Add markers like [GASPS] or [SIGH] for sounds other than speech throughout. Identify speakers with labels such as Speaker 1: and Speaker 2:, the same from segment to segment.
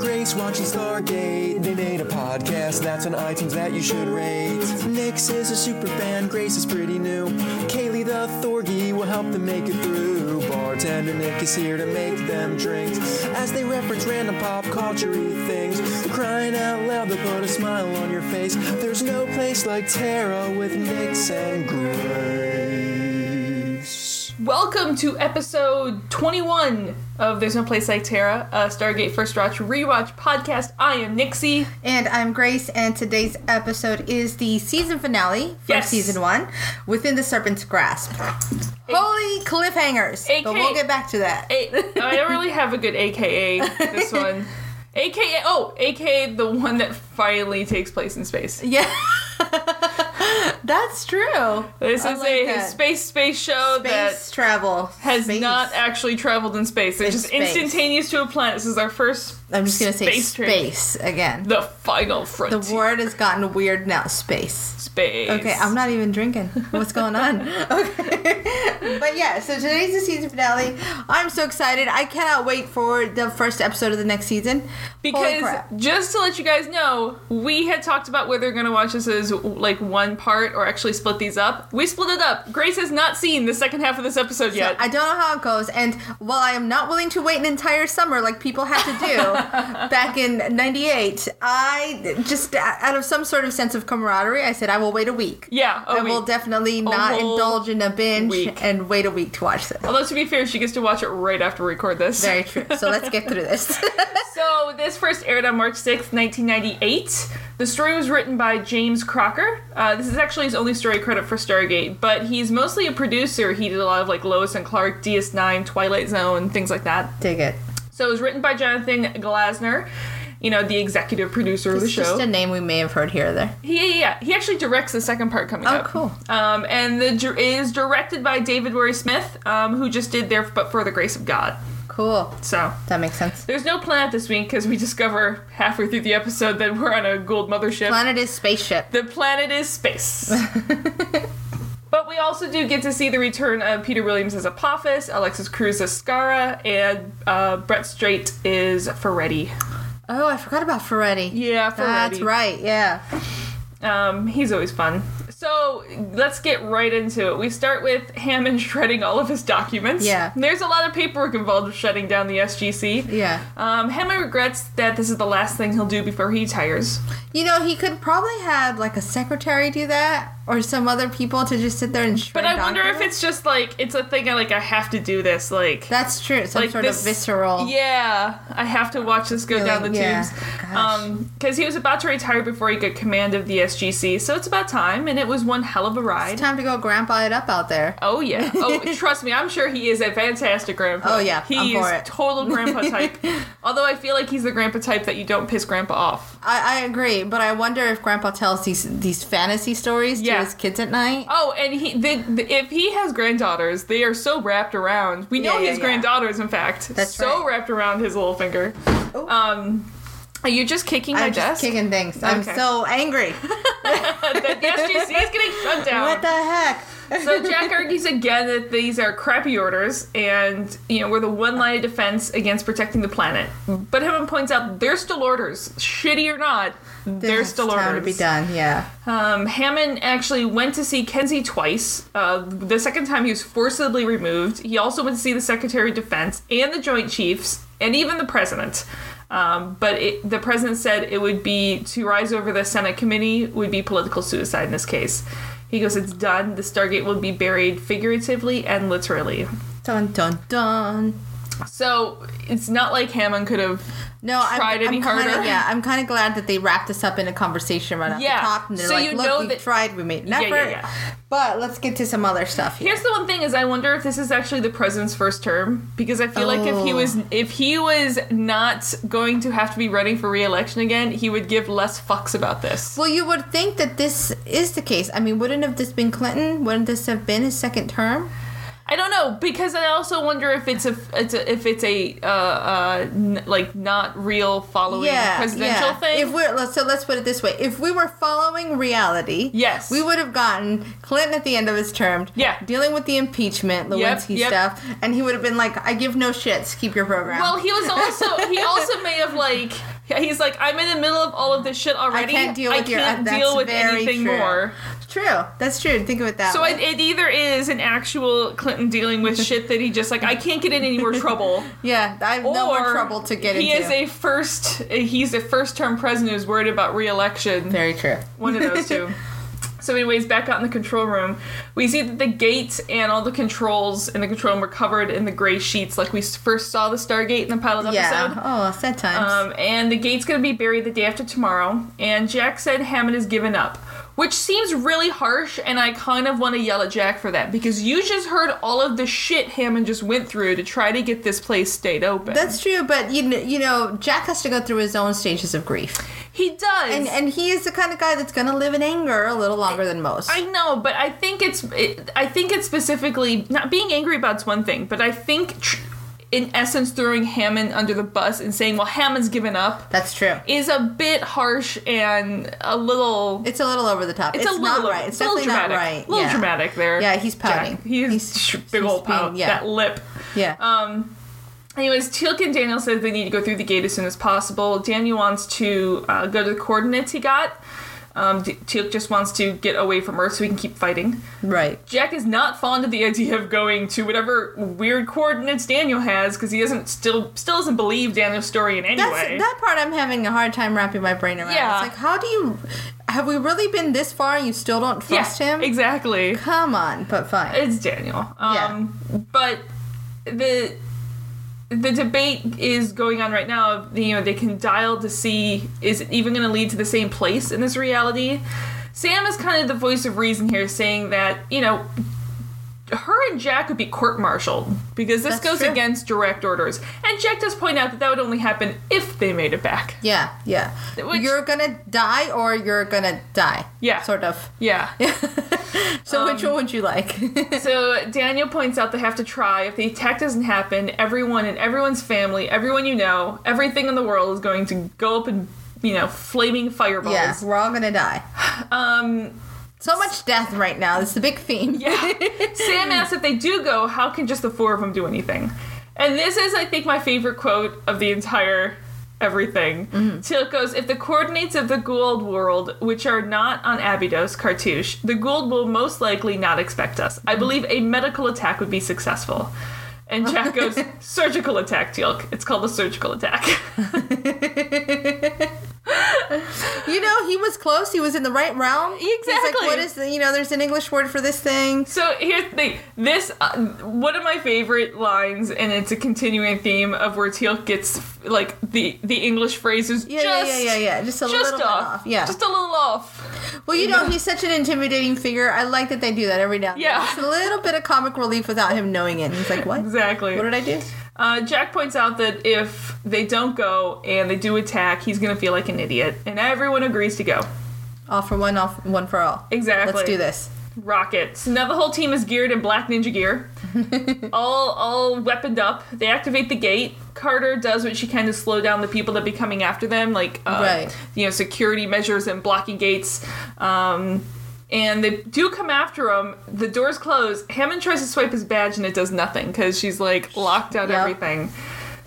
Speaker 1: space watching Stargate. They made a podcast that's on iTunes that you should rate. Nix is a super fan, Grace is pretty new. Kaylee the Thorgy will help them make it through. Bartender Nick is here to make them drinks as they reference random pop culture things. Crying out loud, they'll put a smile on your face. There's no place like Tara with Nix and Grace.
Speaker 2: Welcome to episode 21 of There's No Place Like Terra, a Stargate First Watch rewatch podcast. I am Nixie.
Speaker 3: And I'm Grace, and today's episode is the season finale for
Speaker 2: Yes.
Speaker 3: season one, Within the Serpent's Grasp. Holy cliffhangers!
Speaker 2: AK.
Speaker 3: But we'll get back to that.
Speaker 2: A- [LAUGHS] I don't really have a good AKA
Speaker 3: [LAUGHS]
Speaker 2: this one. AKA, oh, AKA the one that finally takes place in space.
Speaker 3: Yeah. That's true.
Speaker 2: This
Speaker 3: I
Speaker 2: is
Speaker 3: like
Speaker 2: a
Speaker 3: that.
Speaker 2: space space show
Speaker 3: Space travel.
Speaker 2: that has
Speaker 3: Space.
Speaker 2: not actually traveled in space. It's
Speaker 3: It's
Speaker 2: just
Speaker 3: space.
Speaker 2: instantaneous to a planet. This is our first.
Speaker 3: I'm just gonna say
Speaker 2: space trip.
Speaker 3: space again.
Speaker 2: The final frontier.
Speaker 3: The word has gotten weird now. Space.
Speaker 2: Space.
Speaker 3: Okay, I'm not even drinking. What's going on?
Speaker 2: [LAUGHS]
Speaker 3: okay. [LAUGHS] but yeah, so today's the season finale. I'm so excited. I cannot wait for the first episode of the next season. Holy
Speaker 2: Because
Speaker 3: crap.
Speaker 2: just to let you guys know, we had talked about whether we're going to watch this as like one part or actually split these up. We split it up. Grace has not seen the second half of this episode yet.
Speaker 3: I don't know how it goes, and while I am not willing to wait an entire summer like people had
Speaker 2: [LAUGHS]
Speaker 3: to do back in '98, I just out of some sort of sense of camaraderie, I said I will wait a week.
Speaker 2: yeah.
Speaker 3: I
Speaker 2: Oh,
Speaker 3: will
Speaker 2: will
Speaker 3: definitely not
Speaker 2: whole
Speaker 3: indulge in a binge
Speaker 2: week.
Speaker 3: and wait a week to
Speaker 2: [LAUGHS]
Speaker 3: watch this.
Speaker 2: Although to be fair, she gets to watch it right after we record this.
Speaker 3: Very true. So let's get through this.
Speaker 2: [LAUGHS] So this first aired on March sixth, nineteen 1998. The story was written by James Crocker. Uh, this is actually his only story credit for Stargate, but he's mostly a producer. He did a lot of like Lois and Clark, DS9, Twilight Zone, things like that.
Speaker 3: Dig it.
Speaker 2: So it was written by Jonathan Glasner, you know, the executive producer of the
Speaker 3: It's just
Speaker 2: show.
Speaker 3: a name we may have heard here or there.
Speaker 2: he, yeah, he actually directs the second part coming
Speaker 3: Oh,
Speaker 2: up.
Speaker 3: cool.
Speaker 2: Um, and the dir- is directed by David Rory Smith, um, who just did there but for the grace of God.
Speaker 3: Cool.
Speaker 2: So
Speaker 3: That makes sense.
Speaker 2: there's no planet this week because we discover halfway through the episode that we're on a gold mothership.
Speaker 3: Planet is spaceship.
Speaker 2: the planet is
Speaker 3: [LAUGHS]
Speaker 2: space. But we also do get to see the return of Peter Williams as Apophis, Alexis Cruz as Skara, and uh, Brett Strait is Ferretti.
Speaker 3: Oh, I forgot about Ferretti.
Speaker 2: Yeah, Ferretti.
Speaker 3: That's right. Yeah.
Speaker 2: Um, he's always fun. So let's get right into it. We start with Hammond [LAUGHS] shredding all of his documents.
Speaker 3: Yeah.
Speaker 2: There's a lot of paperwork involved with shutting down the SGC.
Speaker 3: Yeah.
Speaker 2: Um, Hammond regrets that this is the last thing he'll do before he retires.
Speaker 3: You know, he could probably have like a secretary do that or some other people to just sit there and
Speaker 2: But
Speaker 3: shred
Speaker 2: I wonder if
Speaker 3: documents.
Speaker 2: it's just like it's a thing I like I have to do this like
Speaker 3: That's true. Some
Speaker 2: like
Speaker 3: sort
Speaker 2: this-
Speaker 3: of visceral.
Speaker 2: Yeah, I have to watch this go down the
Speaker 3: Feeling, yeah.
Speaker 2: tubes.
Speaker 3: Gosh.
Speaker 2: Um, because he was about to retire before he got command of the SGC, so it's about time, and it was one hell of a ride.
Speaker 3: It's time to go grandpa it up out there.
Speaker 2: Oh yeah.
Speaker 3: [LAUGHS]
Speaker 2: Oh, trust me, I'm sure he is a fantastic grandpa.
Speaker 3: Oh, yeah,
Speaker 2: he
Speaker 3: I'm
Speaker 2: is
Speaker 3: for it.
Speaker 2: total
Speaker 3: [LAUGHS]
Speaker 2: grandpa type. Although I feel like he's the grandpa type that you don't piss grandpa off.
Speaker 3: I, I agree, but I wonder if grandpa tells these these fantasy stories
Speaker 2: Yeah.
Speaker 3: to his kids at night.
Speaker 2: Oh, and he the, the, if he has granddaughters, they are so wrapped around. We know
Speaker 3: Yeah, yeah,
Speaker 2: his
Speaker 3: yeah.
Speaker 2: granddaughters, in fact,
Speaker 3: That's
Speaker 2: so
Speaker 3: right.
Speaker 2: wrapped around his little finger.
Speaker 3: Oh.
Speaker 2: Um, are you just kicking my
Speaker 3: I'm
Speaker 2: desk?
Speaker 3: just kicking things. I'm
Speaker 2: Okay.
Speaker 3: so angry.
Speaker 2: [LAUGHS] the SGC is getting shut down.
Speaker 3: [LAUGHS] what the heck?
Speaker 2: So Jack argues again that these are crappy orders, and you know we're the one line of defense against protecting the planet. But Hammond points out they're still orders, shitty or not, they're
Speaker 3: It's
Speaker 2: still
Speaker 3: time
Speaker 2: orders.
Speaker 3: to be done. Yeah.
Speaker 2: Um, Hammond actually went to see Kenzie twice. Uh, the second time he was forcibly removed. He also went to see the Secretary of Defense and the Joint Chiefs and even the President. Um, but it, the president said it would be to rise over the Senate committee would be political suicide in this case. He goes, "It's done. The Stargate will be buried figuratively and literally."
Speaker 3: Dun dun dun.
Speaker 2: So it's not like Hammond could have
Speaker 3: No, I'm-
Speaker 2: tried
Speaker 3: I'm,
Speaker 2: any harder.
Speaker 3: Kinda, yeah, I'm kind of glad that they wrapped this up in a conversation right off
Speaker 2: Yeah.
Speaker 3: the top, and they're
Speaker 2: So
Speaker 3: like,
Speaker 2: you
Speaker 3: "Look,
Speaker 2: know
Speaker 3: we
Speaker 2: that-
Speaker 3: tried, we made an
Speaker 2: Yeah, yeah,
Speaker 3: effort,
Speaker 2: yeah.
Speaker 3: but let's get to some other stuff." Here.
Speaker 2: Here's the one thing is I wonder if this is actually the president's first term because I feel like if he
Speaker 3: Oh.
Speaker 2: was if he was not going to have to be running for re-election again, he would give less fucks about this.
Speaker 3: Well, you would think that this is the case. I mean, wouldn't have this been Clinton? Wouldn't this have been his second term?
Speaker 2: I don't know because I also wonder if it's a it's a, if it's a uh, uh n- like not real following
Speaker 3: yeah,
Speaker 2: presidential
Speaker 3: yeah.
Speaker 2: thing.
Speaker 3: If we're let's- so, let's put it this way: if we were following reality,
Speaker 2: Yes.
Speaker 3: we would have gotten Clinton at the end of his term,
Speaker 2: Yeah.
Speaker 3: dealing with the impeachment,
Speaker 2: Yep,
Speaker 3: Lewinsky
Speaker 2: yep.
Speaker 3: stuff, and he would have been like, "I give no shits, keep your program."
Speaker 2: well, he was also he also may have like [LAUGHS] Yeah, he's like, I'm in the middle of all of this shit already.
Speaker 3: can't deal with your- uh,
Speaker 2: can't
Speaker 3: that's
Speaker 2: deal with
Speaker 3: very
Speaker 2: anything
Speaker 3: true.
Speaker 2: more.
Speaker 3: True. That's true. Think of it that
Speaker 2: So
Speaker 3: way.
Speaker 2: it, it either is an actual Clinton dealing
Speaker 3: [LAUGHS]
Speaker 2: with shit that he just like I can't get in any more trouble,
Speaker 3: yeah, I have [LAUGHS] no
Speaker 2: or
Speaker 3: more trouble to get
Speaker 2: he
Speaker 3: into.
Speaker 2: is a first he's a first term president who's worried about reelection.
Speaker 3: very true.
Speaker 2: One of those
Speaker 3: [LAUGHS]
Speaker 2: two. So, anyways, back out in the control room, we see that the gates and all the controls in the control room were covered in the gray sheets, like we s- first saw the Stargate in the pilot
Speaker 3: Yeah.
Speaker 2: episode.
Speaker 3: Oh, sad times.
Speaker 2: Um, and the gate's gonna be buried the day after tomorrow. And Jack said Hammond has given up, which seems really harsh. And I kind of want to yell at Jack for that because you just heard all of the shit Hammond just went through to try to get this place stayed open.
Speaker 3: That's true, but you know, you know, Jack has to go through his own stages of grief,
Speaker 2: he does.
Speaker 3: and and he is the kind of guy that's going to live in anger a little longer than most.
Speaker 2: I know, but I think it's it, I think it's specifically not being angry about's one thing, but I think tr- in essence throwing Hammond under the bus and saying, "Well, Hammond's given up."
Speaker 3: that's true.
Speaker 2: Is a bit harsh and a little.
Speaker 3: It's a little over the top. It's,
Speaker 2: a little,
Speaker 3: not right. It's
Speaker 2: little
Speaker 3: definitely
Speaker 2: dramatic,
Speaker 3: not right.
Speaker 2: A little
Speaker 3: yeah.
Speaker 2: dramatic there.
Speaker 3: Yeah, he's pouting.
Speaker 2: Jack. He's,
Speaker 3: He's-
Speaker 2: big
Speaker 3: he's
Speaker 2: old pout.
Speaker 3: being- yeah.
Speaker 2: That lip.
Speaker 3: Yeah.
Speaker 2: Um, Anyways, Teal'c and Daniel says they need to go through the gate as soon as possible. Daniel wants to uh, go to the coordinates he got. Um, D- Teal'c just wants to get away from Earth so he can keep fighting.
Speaker 3: right.
Speaker 2: Jack is not fond of the idea of going to whatever weird coordinates Daniel has because he doesn't still still doesn't believe Daniel's story in any
Speaker 3: That's
Speaker 2: way.
Speaker 3: that part I'm having a hard time wrapping my brain around.
Speaker 2: Yeah.
Speaker 3: It's like how do you have we really been this far and you still don't
Speaker 2: Yeah,
Speaker 3: trust him?
Speaker 2: exactly.
Speaker 3: Come on, but fine.
Speaker 2: It's Daniel. Um, But the the debate is going on right now. of, You know, they can dial to see is it even going to lead to the same place in this reality. Sam is kind of the voice of reason here, saying that you know. Her and Jack would be court-martialed because this
Speaker 3: That's
Speaker 2: goes
Speaker 3: true.
Speaker 2: against direct orders. And Jack does point out that that would only happen if they made it back.
Speaker 3: yeah, yeah.
Speaker 2: Which-
Speaker 3: you're gonna die or you're gonna die.
Speaker 2: Yeah. Um,
Speaker 3: Sort of.
Speaker 2: Yeah.
Speaker 3: [LAUGHS] So which one would
Speaker 2: [LAUGHS]
Speaker 3: you like?
Speaker 2: So Daniel points out they have to try. If the attack doesn't happen, everyone and everyone's family, everyone you know, everything in the world is going to go up in you know flaming fireballs.
Speaker 3: yeah, we're all gonna die.
Speaker 2: Um.
Speaker 3: So much death right now. It's the big theme.
Speaker 2: [LAUGHS] Yeah. Sam asks if they do go, how can just the four of them do anything? And this is, I think, my favorite quote of the entire everything. Teal'c goes, if the coordinates of the Gould world, which are not on Abydos, Cartouche, the Gould will most likely not expect us. I believe a medical attack would be successful. And Jack goes, surgical attack, Teal'c. It's called a surgical attack. [LAUGHS]
Speaker 3: You know, he was close. He was in the right realm. He's
Speaker 2: Exactly.
Speaker 3: like, what is the, you know, there's an English word for this thing.
Speaker 2: So here's the thing. This uh, one of my favorite lines, and it's a continuing theme of where Teal gets like the the English phrases
Speaker 3: Yeah,
Speaker 2: just
Speaker 3: yeah, yeah, yeah, yeah. Just a
Speaker 2: just
Speaker 3: little bit
Speaker 2: off.
Speaker 3: off. Yeah.
Speaker 2: just a little off.
Speaker 3: Well, you know, he's such an intimidating figure. I like that they do that every now and then.
Speaker 2: Yeah.
Speaker 3: Just a little bit of comic relief without him knowing it. He's like, what?
Speaker 2: [LAUGHS] Exactly.
Speaker 3: What did I do?
Speaker 2: Uh, Jack points out that if they don't go and they do attack, he's gonna feel like an idiot, and everyone agrees to go.
Speaker 3: All for one, all for, one for all.
Speaker 2: Exactly.
Speaker 3: Let's do this.
Speaker 2: Rocket. So now the whole team is geared in black ninja
Speaker 3: [LAUGHS]
Speaker 2: gear, all all weaponed up. They activate the gate. Carter does what she can to slow down the people that be coming after them, like uh,
Speaker 3: Right.
Speaker 2: you know security measures and blocking gates. Um, and they do come after him. The doors close. Hammond tries to swipe his badge and it does nothing because she's like locked out
Speaker 3: Yep.
Speaker 2: everything.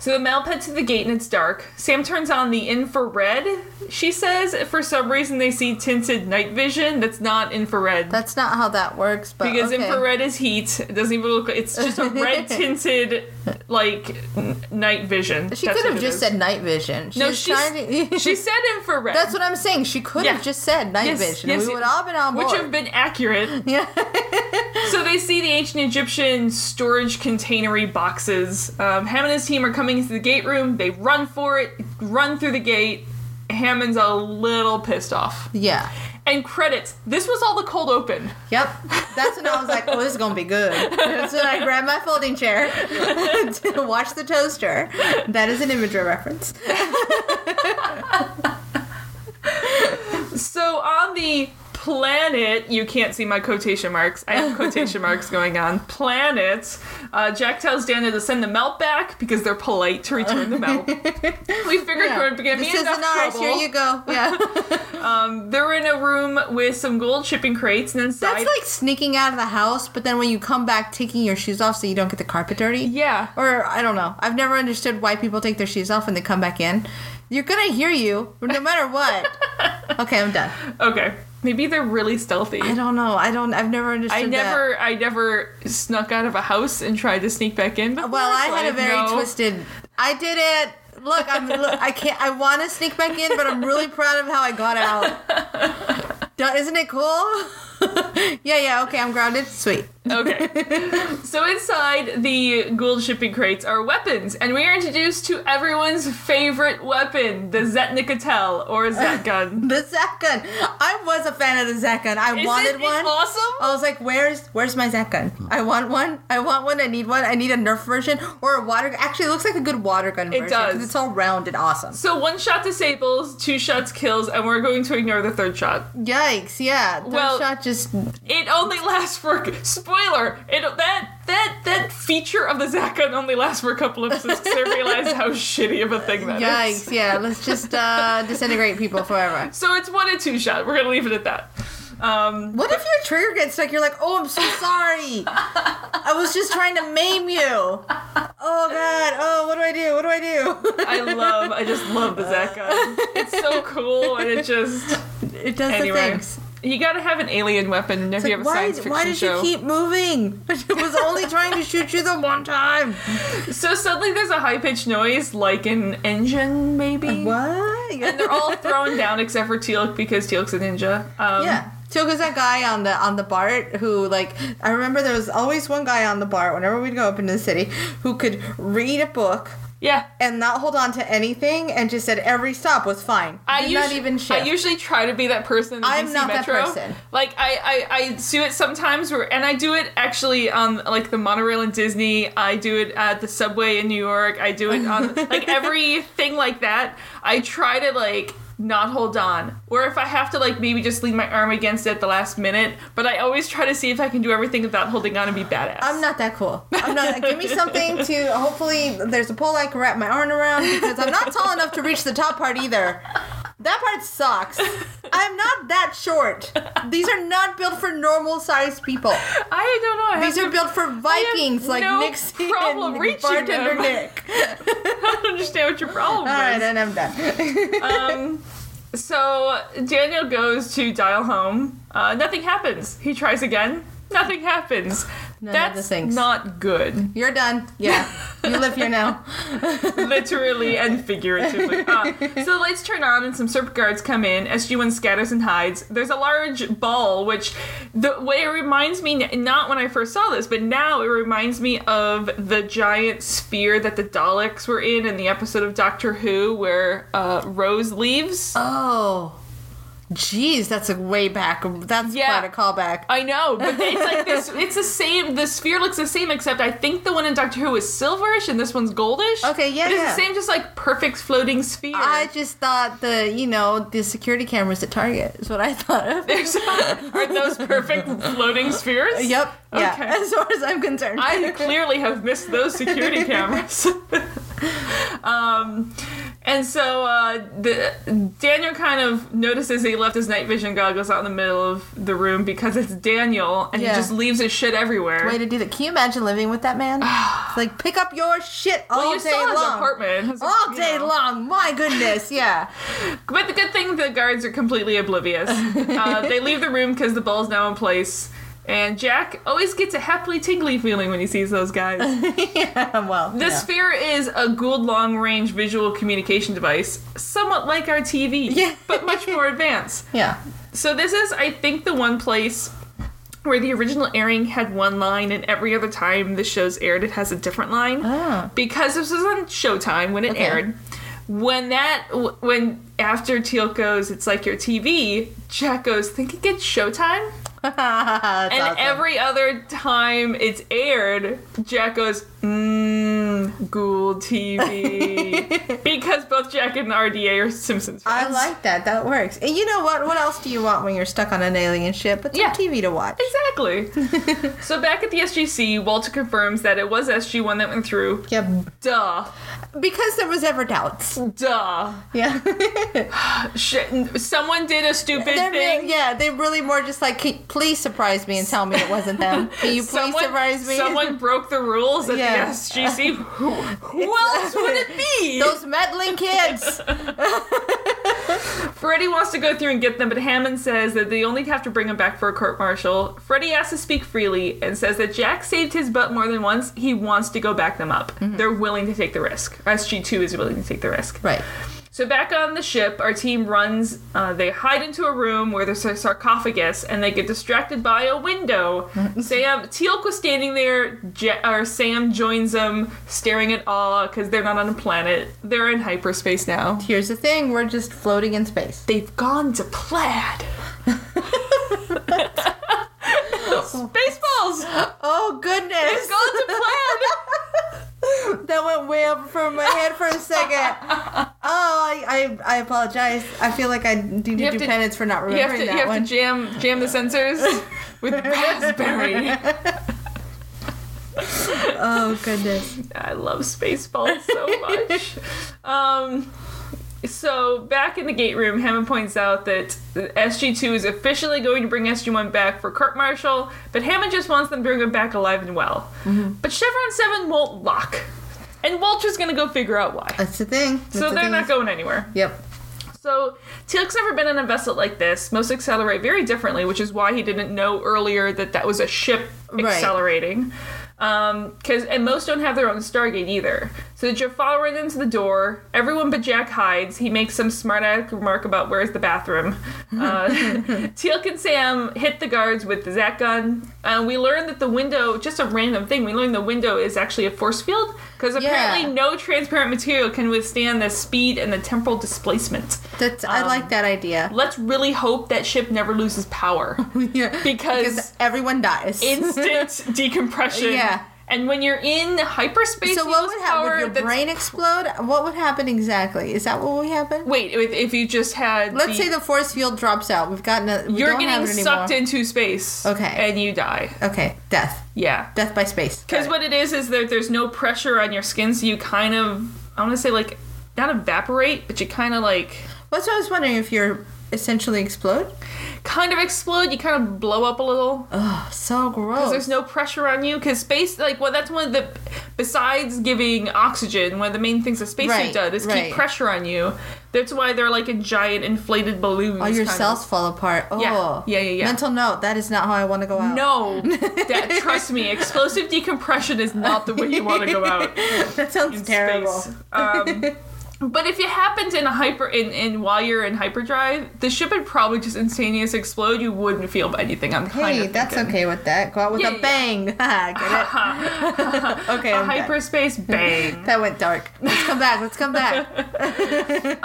Speaker 2: So the male heads to the gate and it's dark. Sam turns on the infrared. She says for some reason they see tinted night vision that's not infrared.
Speaker 3: That's not how that works, but
Speaker 2: Because
Speaker 3: okay.
Speaker 2: infrared is heat. It doesn't even look. It's just a
Speaker 3: [LAUGHS]
Speaker 2: red tinted, like n- night vision.
Speaker 3: She
Speaker 2: That's
Speaker 3: could
Speaker 2: what
Speaker 3: have
Speaker 2: it
Speaker 3: just
Speaker 2: is.
Speaker 3: said night vision. She
Speaker 2: No,
Speaker 3: was
Speaker 2: she's-
Speaker 3: trying to- [LAUGHS]
Speaker 2: She said infrared.
Speaker 3: That's what I'm saying. She could
Speaker 2: Yeah.
Speaker 3: have just said night
Speaker 2: Yes,
Speaker 3: vision.
Speaker 2: yes,
Speaker 3: we would all been on board.
Speaker 2: Which have been accurate.
Speaker 3: [LAUGHS] Yeah.
Speaker 2: so they see the ancient Egyptian storage containery boxes. Um, Hammond and his team are coming into the gate room. They run for it, run through the gate. Hammond's a little pissed off.
Speaker 3: yeah.
Speaker 2: And credits. This was all the cold open.
Speaker 3: Yep. That's when I was like, oh, this is going to be good. That's
Speaker 2: [LAUGHS]
Speaker 3: when I grabbed my folding chair [LAUGHS] to watch the toaster. That is an Imager reference.
Speaker 2: So on the planet, you can't see my quotation marks. I
Speaker 3: [LAUGHS]
Speaker 2: have quotation marks going on. Planet. Uh, Jack tells Daniel to send the melt back because they're polite to return the
Speaker 3: [LAUGHS]
Speaker 2: melt. we figured
Speaker 3: Yeah.
Speaker 2: we're going to be
Speaker 3: This
Speaker 2: in
Speaker 3: isn't
Speaker 2: enough
Speaker 3: ours.
Speaker 2: trouble.
Speaker 3: Here
Speaker 2: [LAUGHS]
Speaker 3: you go. Yeah,
Speaker 2: They're in a room with some gold shipping crates, and inside.
Speaker 3: that's like sneaking out of the house, but then when you come back, taking your shoes off so you don't get the carpet dirty.
Speaker 2: yeah.
Speaker 3: Or I don't know. I've never understood why people take their shoes off when they come back in. You're gonna hear you no
Speaker 2: [LAUGHS]
Speaker 3: matter what. okay, I'm done.
Speaker 2: Okay. Maybe they're really stealthy.
Speaker 3: I don't know. I don't. I've never understood.
Speaker 2: I never, I never snuck out of a house and tried to sneak back in.
Speaker 3: That.
Speaker 2: Before,
Speaker 3: Well, I
Speaker 2: so
Speaker 3: had a very
Speaker 2: know.
Speaker 3: twisted. I did it. Look, I'm. Look, I can't. I want to sneak back in, but I'm really proud of how I got out.
Speaker 2: [LAUGHS]
Speaker 3: Don't, isn't it cool? [LAUGHS] yeah, yeah. Okay, I'm grounded. Sweet.
Speaker 2: Okay. so inside the gold shipping crates are weapons, and we are introduced to everyone's favorite weapon, the Zetnikatel or Zet gun.
Speaker 3: The Zap gun. I was a fan of the Zap gun. I
Speaker 2: Isn't
Speaker 3: wanted
Speaker 2: it
Speaker 3: one.
Speaker 2: Awesome.
Speaker 3: I was like, "Where's where's my Zap gun? I want one. I want one. I need one. I need a Nerf version or a water. Actually, it looks like a good water gun. version 'cause
Speaker 2: does.
Speaker 3: It's all round and awesome.
Speaker 2: So one shot disables, two shots kills, and we're going to ignore the third shot.
Speaker 3: Yikes! Yeah. Third
Speaker 2: Well-
Speaker 3: shot just
Speaker 2: It only lasts for spoiler. It that that that feature of the Zat gun only lasts for a couple of episodes. 'cause I realized how shitty of a thing that is.
Speaker 3: yikes. Yeah. Let's just [LAUGHS] uh, disintegrate people forever.
Speaker 2: So it's one and two shot. We're gonna leave it at that. Um,
Speaker 3: What if your trigger gets stuck? You're like, "Oh, I'm so sorry. I was just trying to maim you. Oh God. Oh, what do I do? What do I do? [LAUGHS]
Speaker 2: I love, I just love the Zat gun. It's so cool, and it just
Speaker 3: it does the
Speaker 2: anyway.
Speaker 3: things."
Speaker 2: You gotta have an alien weapon if you have a
Speaker 3: why,
Speaker 2: science fiction
Speaker 3: why did
Speaker 2: show.
Speaker 3: you keep moving? [LAUGHS] It was only trying to shoot you the one
Speaker 2: [LAUGHS]
Speaker 3: time.
Speaker 2: so suddenly there's a high pitched noise, like an engine, maybe.
Speaker 3: What?
Speaker 2: And they're all thrown down except for Teal'c because Teal'c's a ninja. Um,
Speaker 3: yeah. Toku's that guy on the on the BART who like I remember there was always one guy on the BART whenever we'd go up into the city who could read a book
Speaker 2: Yeah.
Speaker 3: and not hold on to anything and just said every stop was fine.
Speaker 2: I
Speaker 3: Did
Speaker 2: usually,
Speaker 3: not even shift.
Speaker 2: I usually try to be that person. In the
Speaker 3: I'm
Speaker 2: DC
Speaker 3: not that
Speaker 2: Metro.
Speaker 3: person.
Speaker 2: Like I, I, I do it sometimes, where and I do it actually on like the monorail in Disney. I do it at the subway in New York. I do it
Speaker 3: [LAUGHS]
Speaker 2: on like everything like that. I try to like not hold on, or if I have to like maybe just lean my arm against it at the last minute. But I always try to see if I can do everything without holding on and be badass.
Speaker 3: I'm not that cool.
Speaker 2: [LAUGHS]
Speaker 3: I'm not. give me something to. Hopefully, there's a pole I can wrap my arm around because I'm not tall enough to reach the top part either. That part sucks. I'm not that short. These are not built for normal sized people.
Speaker 2: I don't know. I
Speaker 3: These
Speaker 2: have
Speaker 3: are
Speaker 2: to-
Speaker 3: built for Vikings like
Speaker 2: no [LAUGHS]
Speaker 3: Nixie
Speaker 2: problem
Speaker 3: and
Speaker 2: reaching
Speaker 3: bartender
Speaker 2: them.
Speaker 3: Nick.
Speaker 2: I don't [LAUGHS] understand what your problem
Speaker 3: [LAUGHS] All
Speaker 2: is.
Speaker 3: right, and I'm done.
Speaker 2: So Daniel goes to dial home. Uh, nothing happens. He tries again. Nothing happens.
Speaker 3: None of the
Speaker 2: That's
Speaker 3: things.
Speaker 2: not good,
Speaker 3: You're done. Yeah, you live
Speaker 2: [LAUGHS]
Speaker 3: here now.
Speaker 2: literally and figuratively. Uh, so the lights turn on and some Serp guards come in. SG1 scatters and hides. There's a large ball, which the way it reminds me, not when I first saw this, but now it reminds me of the giant sphere that the Daleks were in in the episode of Doctor Who where uh, Rose leaves.
Speaker 3: Oh, jeez, that's a way back. That's
Speaker 2: Yeah.
Speaker 3: quite a callback.
Speaker 2: I know, but it's like this. It's the same. The sphere looks the same, except I think the one in Doctor Who is silverish and this one's goldish.
Speaker 3: Okay, yeah,
Speaker 2: But it's the
Speaker 3: yeah.
Speaker 2: same, just like perfect floating sphere. [LAUGHS]
Speaker 3: I just thought the you know the security cameras at Target is what I thought of.
Speaker 2: There's- are those perfect floating spheres?
Speaker 3: [LAUGHS] Yep. Yeah.
Speaker 2: Okay.
Speaker 3: [LAUGHS] As far as I'm concerned.
Speaker 2: I clearly have missed those security cameras. [LAUGHS] um, and so uh, the, Daniel kind of notices he left his night vision goggles out in the middle of the room because it's Daniel, and
Speaker 3: Yeah.
Speaker 2: he just leaves his shit everywhere.
Speaker 3: [LAUGHS] Way to do that. Can you imagine living with
Speaker 2: [SIGHS]
Speaker 3: that man? It's like pick up your shit all
Speaker 2: well, you
Speaker 3: day
Speaker 2: saw his
Speaker 3: long.
Speaker 2: apartment. His-
Speaker 3: All
Speaker 2: you
Speaker 3: day
Speaker 2: know.
Speaker 3: long. My
Speaker 2: [LAUGHS]
Speaker 3: goodness. Yeah.
Speaker 2: But the good thing, the guards are completely
Speaker 3: [LAUGHS]
Speaker 2: oblivious. uh, they leave the room because the ball's now in place. And Jack always gets a happily tingly feeling when he sees those
Speaker 3: [LAUGHS]
Speaker 2: guys.
Speaker 3: yeah. Um, Well.
Speaker 2: The
Speaker 3: yeah.
Speaker 2: sphere is a good long range visual communication device, somewhat like our TV,
Speaker 3: Yeah.
Speaker 2: but much
Speaker 3: [LAUGHS]
Speaker 2: more advanced.
Speaker 3: Yeah.
Speaker 2: So, this is, I think, the one place where the original airing had one line, and every other time the show's aired, it has a different line.
Speaker 3: Ah.
Speaker 2: Because this was on Showtime when it
Speaker 3: Okay.
Speaker 2: aired. When that, w- when after Teal goes, it's like your TV, Jack goes, think it gets Showtime?
Speaker 3: That's
Speaker 2: and
Speaker 3: awesome.
Speaker 2: every other time it's aired, Jack goes, mmm, on Ghoul
Speaker 3: [LAUGHS]
Speaker 2: TV because both Jack and RDA are Simpsons fans.
Speaker 3: I like that. That works. And you know what? What else do you want when you're stuck on an alien ship? But some
Speaker 2: Yeah.
Speaker 3: TV to watch.
Speaker 2: Exactly.
Speaker 3: [LAUGHS]
Speaker 2: so back at the SGC, Walter confirms that it was SG1 that went through.
Speaker 3: Yeah,
Speaker 2: Duh.
Speaker 3: because there was ever doubts.
Speaker 2: Duh.
Speaker 3: [LAUGHS] Yeah,
Speaker 2: Shit. Someone did a stupid
Speaker 3: They're
Speaker 2: [LAUGHS] thing.
Speaker 3: really- yeah, they really more just like, "Can- please surprise me and tell me it
Speaker 2: [LAUGHS]
Speaker 3: wasn't them. Can you please surprise me?
Speaker 2: someone broke the rules at
Speaker 3: Yeah.
Speaker 2: the SGC. Who, who else would it be?
Speaker 3: [LAUGHS] uh, Those
Speaker 2: [LAUGHS]
Speaker 3: meddling kids.
Speaker 2: Freddy wants to go through and get them, but Hammond says that they only have to bring him back for a court martial. Freddy asks to speak freely and says that Jack saved his butt more than once. He wants to go back them up.
Speaker 3: Mm-hmm.
Speaker 2: They're willing to take the risk. SG2 is willing to take the risk.
Speaker 3: right.
Speaker 2: So back on the ship, our team runs. Uh, they hide into a room where there's a sarcophagus, and they get distracted by a
Speaker 3: [LAUGHS]
Speaker 2: window. Sam Teal'c was standing there. Ja- or Sam joins them, staring at awe because they're not on a planet. They're in hyperspace now.
Speaker 3: Here's the thing: we're just floating in space.
Speaker 2: They've gone to
Speaker 3: [LAUGHS]
Speaker 2: plaid. Spaceballs.
Speaker 3: Oh goodness!
Speaker 2: They've gone to plaid.
Speaker 3: [LAUGHS] That went way over from my head for a
Speaker 2: [LAUGHS]
Speaker 3: second. Oh, I, I, I apologize. I feel like I do need to
Speaker 2: have
Speaker 3: do
Speaker 2: to-
Speaker 3: penance for not
Speaker 2: You have
Speaker 3: remembering
Speaker 2: to, you
Speaker 3: that
Speaker 2: have
Speaker 3: one.
Speaker 2: to jam jam the sensors
Speaker 3: [LAUGHS]
Speaker 2: with raspberry.
Speaker 3: oh goodness!
Speaker 2: I love Spaceballs so much.
Speaker 3: [LAUGHS]
Speaker 2: um, so back in the gate room, Hammond points out that SG2 is officially going to bring SG1 back for court martial, but Hammond just wants them to bring him back alive and well.
Speaker 3: Mm-hmm.
Speaker 2: But Chevron 7 won't lock, and Walter's going to go figure out why.
Speaker 3: That's the thing. That's
Speaker 2: so
Speaker 3: the
Speaker 2: they're
Speaker 3: thing.
Speaker 2: not going anywhere.
Speaker 3: Yep.
Speaker 2: So Teal'c's never been in a vessel like this. Most accelerate very differently, which is why he didn't know earlier that that was a ship
Speaker 3: Right.
Speaker 2: accelerating. Um, 'cause- and most don't have their own Stargate either. So Jafar runs into the door. Everyone but Jack hides. He makes some smart aleck remark about where's the bathroom. Uh, Teal'c and Sam hit the guards with the Zat gun. And we learn that the window, just a random thing, we learn the window is actually a force field because apparently no transparent material can withstand the speed and the temporal displacement.
Speaker 3: That's. I
Speaker 2: Um,
Speaker 3: like that idea. [LAUGHS]
Speaker 2: Let's really hope that ship never loses power.
Speaker 3: yeah.
Speaker 2: because-
Speaker 3: everyone dies.
Speaker 2: Instant decompression.
Speaker 3: Yeah.
Speaker 2: And when you're in hyperspace,
Speaker 3: so
Speaker 2: you
Speaker 3: what
Speaker 2: lose
Speaker 3: would
Speaker 2: power.
Speaker 3: happen? Would your
Speaker 2: that's-
Speaker 3: brain explode? What would happen exactly? Is that what would happen?
Speaker 2: Wait, if, if you just had.
Speaker 3: Let's say the force field drops out. We've gotten. A, we
Speaker 2: You're
Speaker 3: don't have
Speaker 2: getting
Speaker 3: it anymore.
Speaker 2: sucked into space.
Speaker 3: Okay.
Speaker 2: And you die.
Speaker 3: Okay, death.
Speaker 2: Yeah.
Speaker 3: Death by space.
Speaker 2: Because what it is is that there's no pressure on your skin, so you kind of I want to say like not evaporate, but you kind of like
Speaker 3: That's what I was wondering if you're essentially explode.
Speaker 2: kind of explode. You kind of blow up a little.
Speaker 3: Oh, so gross.
Speaker 2: There's no pressure on you because space like well that's one of the besides giving oxygen one of the main things a spacesuit
Speaker 3: Right,
Speaker 2: does is
Speaker 3: right.
Speaker 2: keep pressure on you. That's why they're like in giant inflated balloons.
Speaker 3: All your
Speaker 2: kind of.
Speaker 3: cells fall apart. Oh,
Speaker 2: Yeah, yeah, yeah, yeah.
Speaker 3: Mental note: that is not how I want to go out.
Speaker 2: No, that, trust me, explosive decompression is not the way you want to go
Speaker 3: [LAUGHS]
Speaker 2: out.
Speaker 3: [LAUGHS] that sounds terrible.
Speaker 2: space.
Speaker 3: [LAUGHS]
Speaker 2: Um, but if it happened in a hyper in, in while you're in hyperdrive, the ship would probably just instantaneous explode. You wouldn't feel anything. I'm kind
Speaker 3: Hey,
Speaker 2: of
Speaker 3: that's
Speaker 2: thinking.
Speaker 3: okay with that. Go out with
Speaker 2: Yeah,
Speaker 3: a
Speaker 2: yeah.
Speaker 3: bang. [LAUGHS] Haha, Get
Speaker 2: [LAUGHS]
Speaker 3: it? [LAUGHS] okay,
Speaker 2: A
Speaker 3: I'm back.
Speaker 2: hyperspace bang.
Speaker 3: That went dark. Let's come back. Let's come back.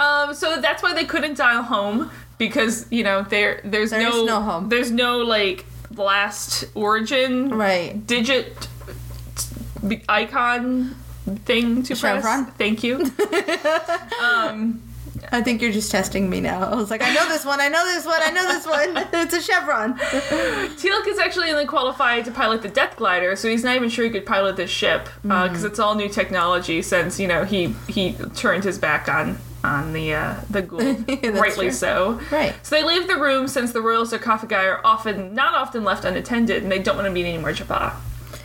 Speaker 2: [LAUGHS] um, so that's why they couldn't dial home because you know there there's
Speaker 3: There
Speaker 2: no
Speaker 3: is no home.
Speaker 2: There's no like last origin
Speaker 3: Right.
Speaker 2: digit t- icon thing to
Speaker 3: Chevron?
Speaker 2: press. Thank you.
Speaker 3: I think you're just testing me now. I was like, I know this one. I know this one. I know this one. [LAUGHS] It's a chevron.
Speaker 2: Teal'c is actually only qualified to pilot the Death Glider, so he's not even sure he could pilot this ship because it's all new technology. Since you know he he turned his back on on the uh, the [LAUGHS] ghoul,
Speaker 3: That's
Speaker 2: rightly
Speaker 3: true.
Speaker 2: so.
Speaker 3: Right.
Speaker 2: So they leave the room since the royal sarcophagi are often not often left unattended, and they don't want to meet any more Jaffa.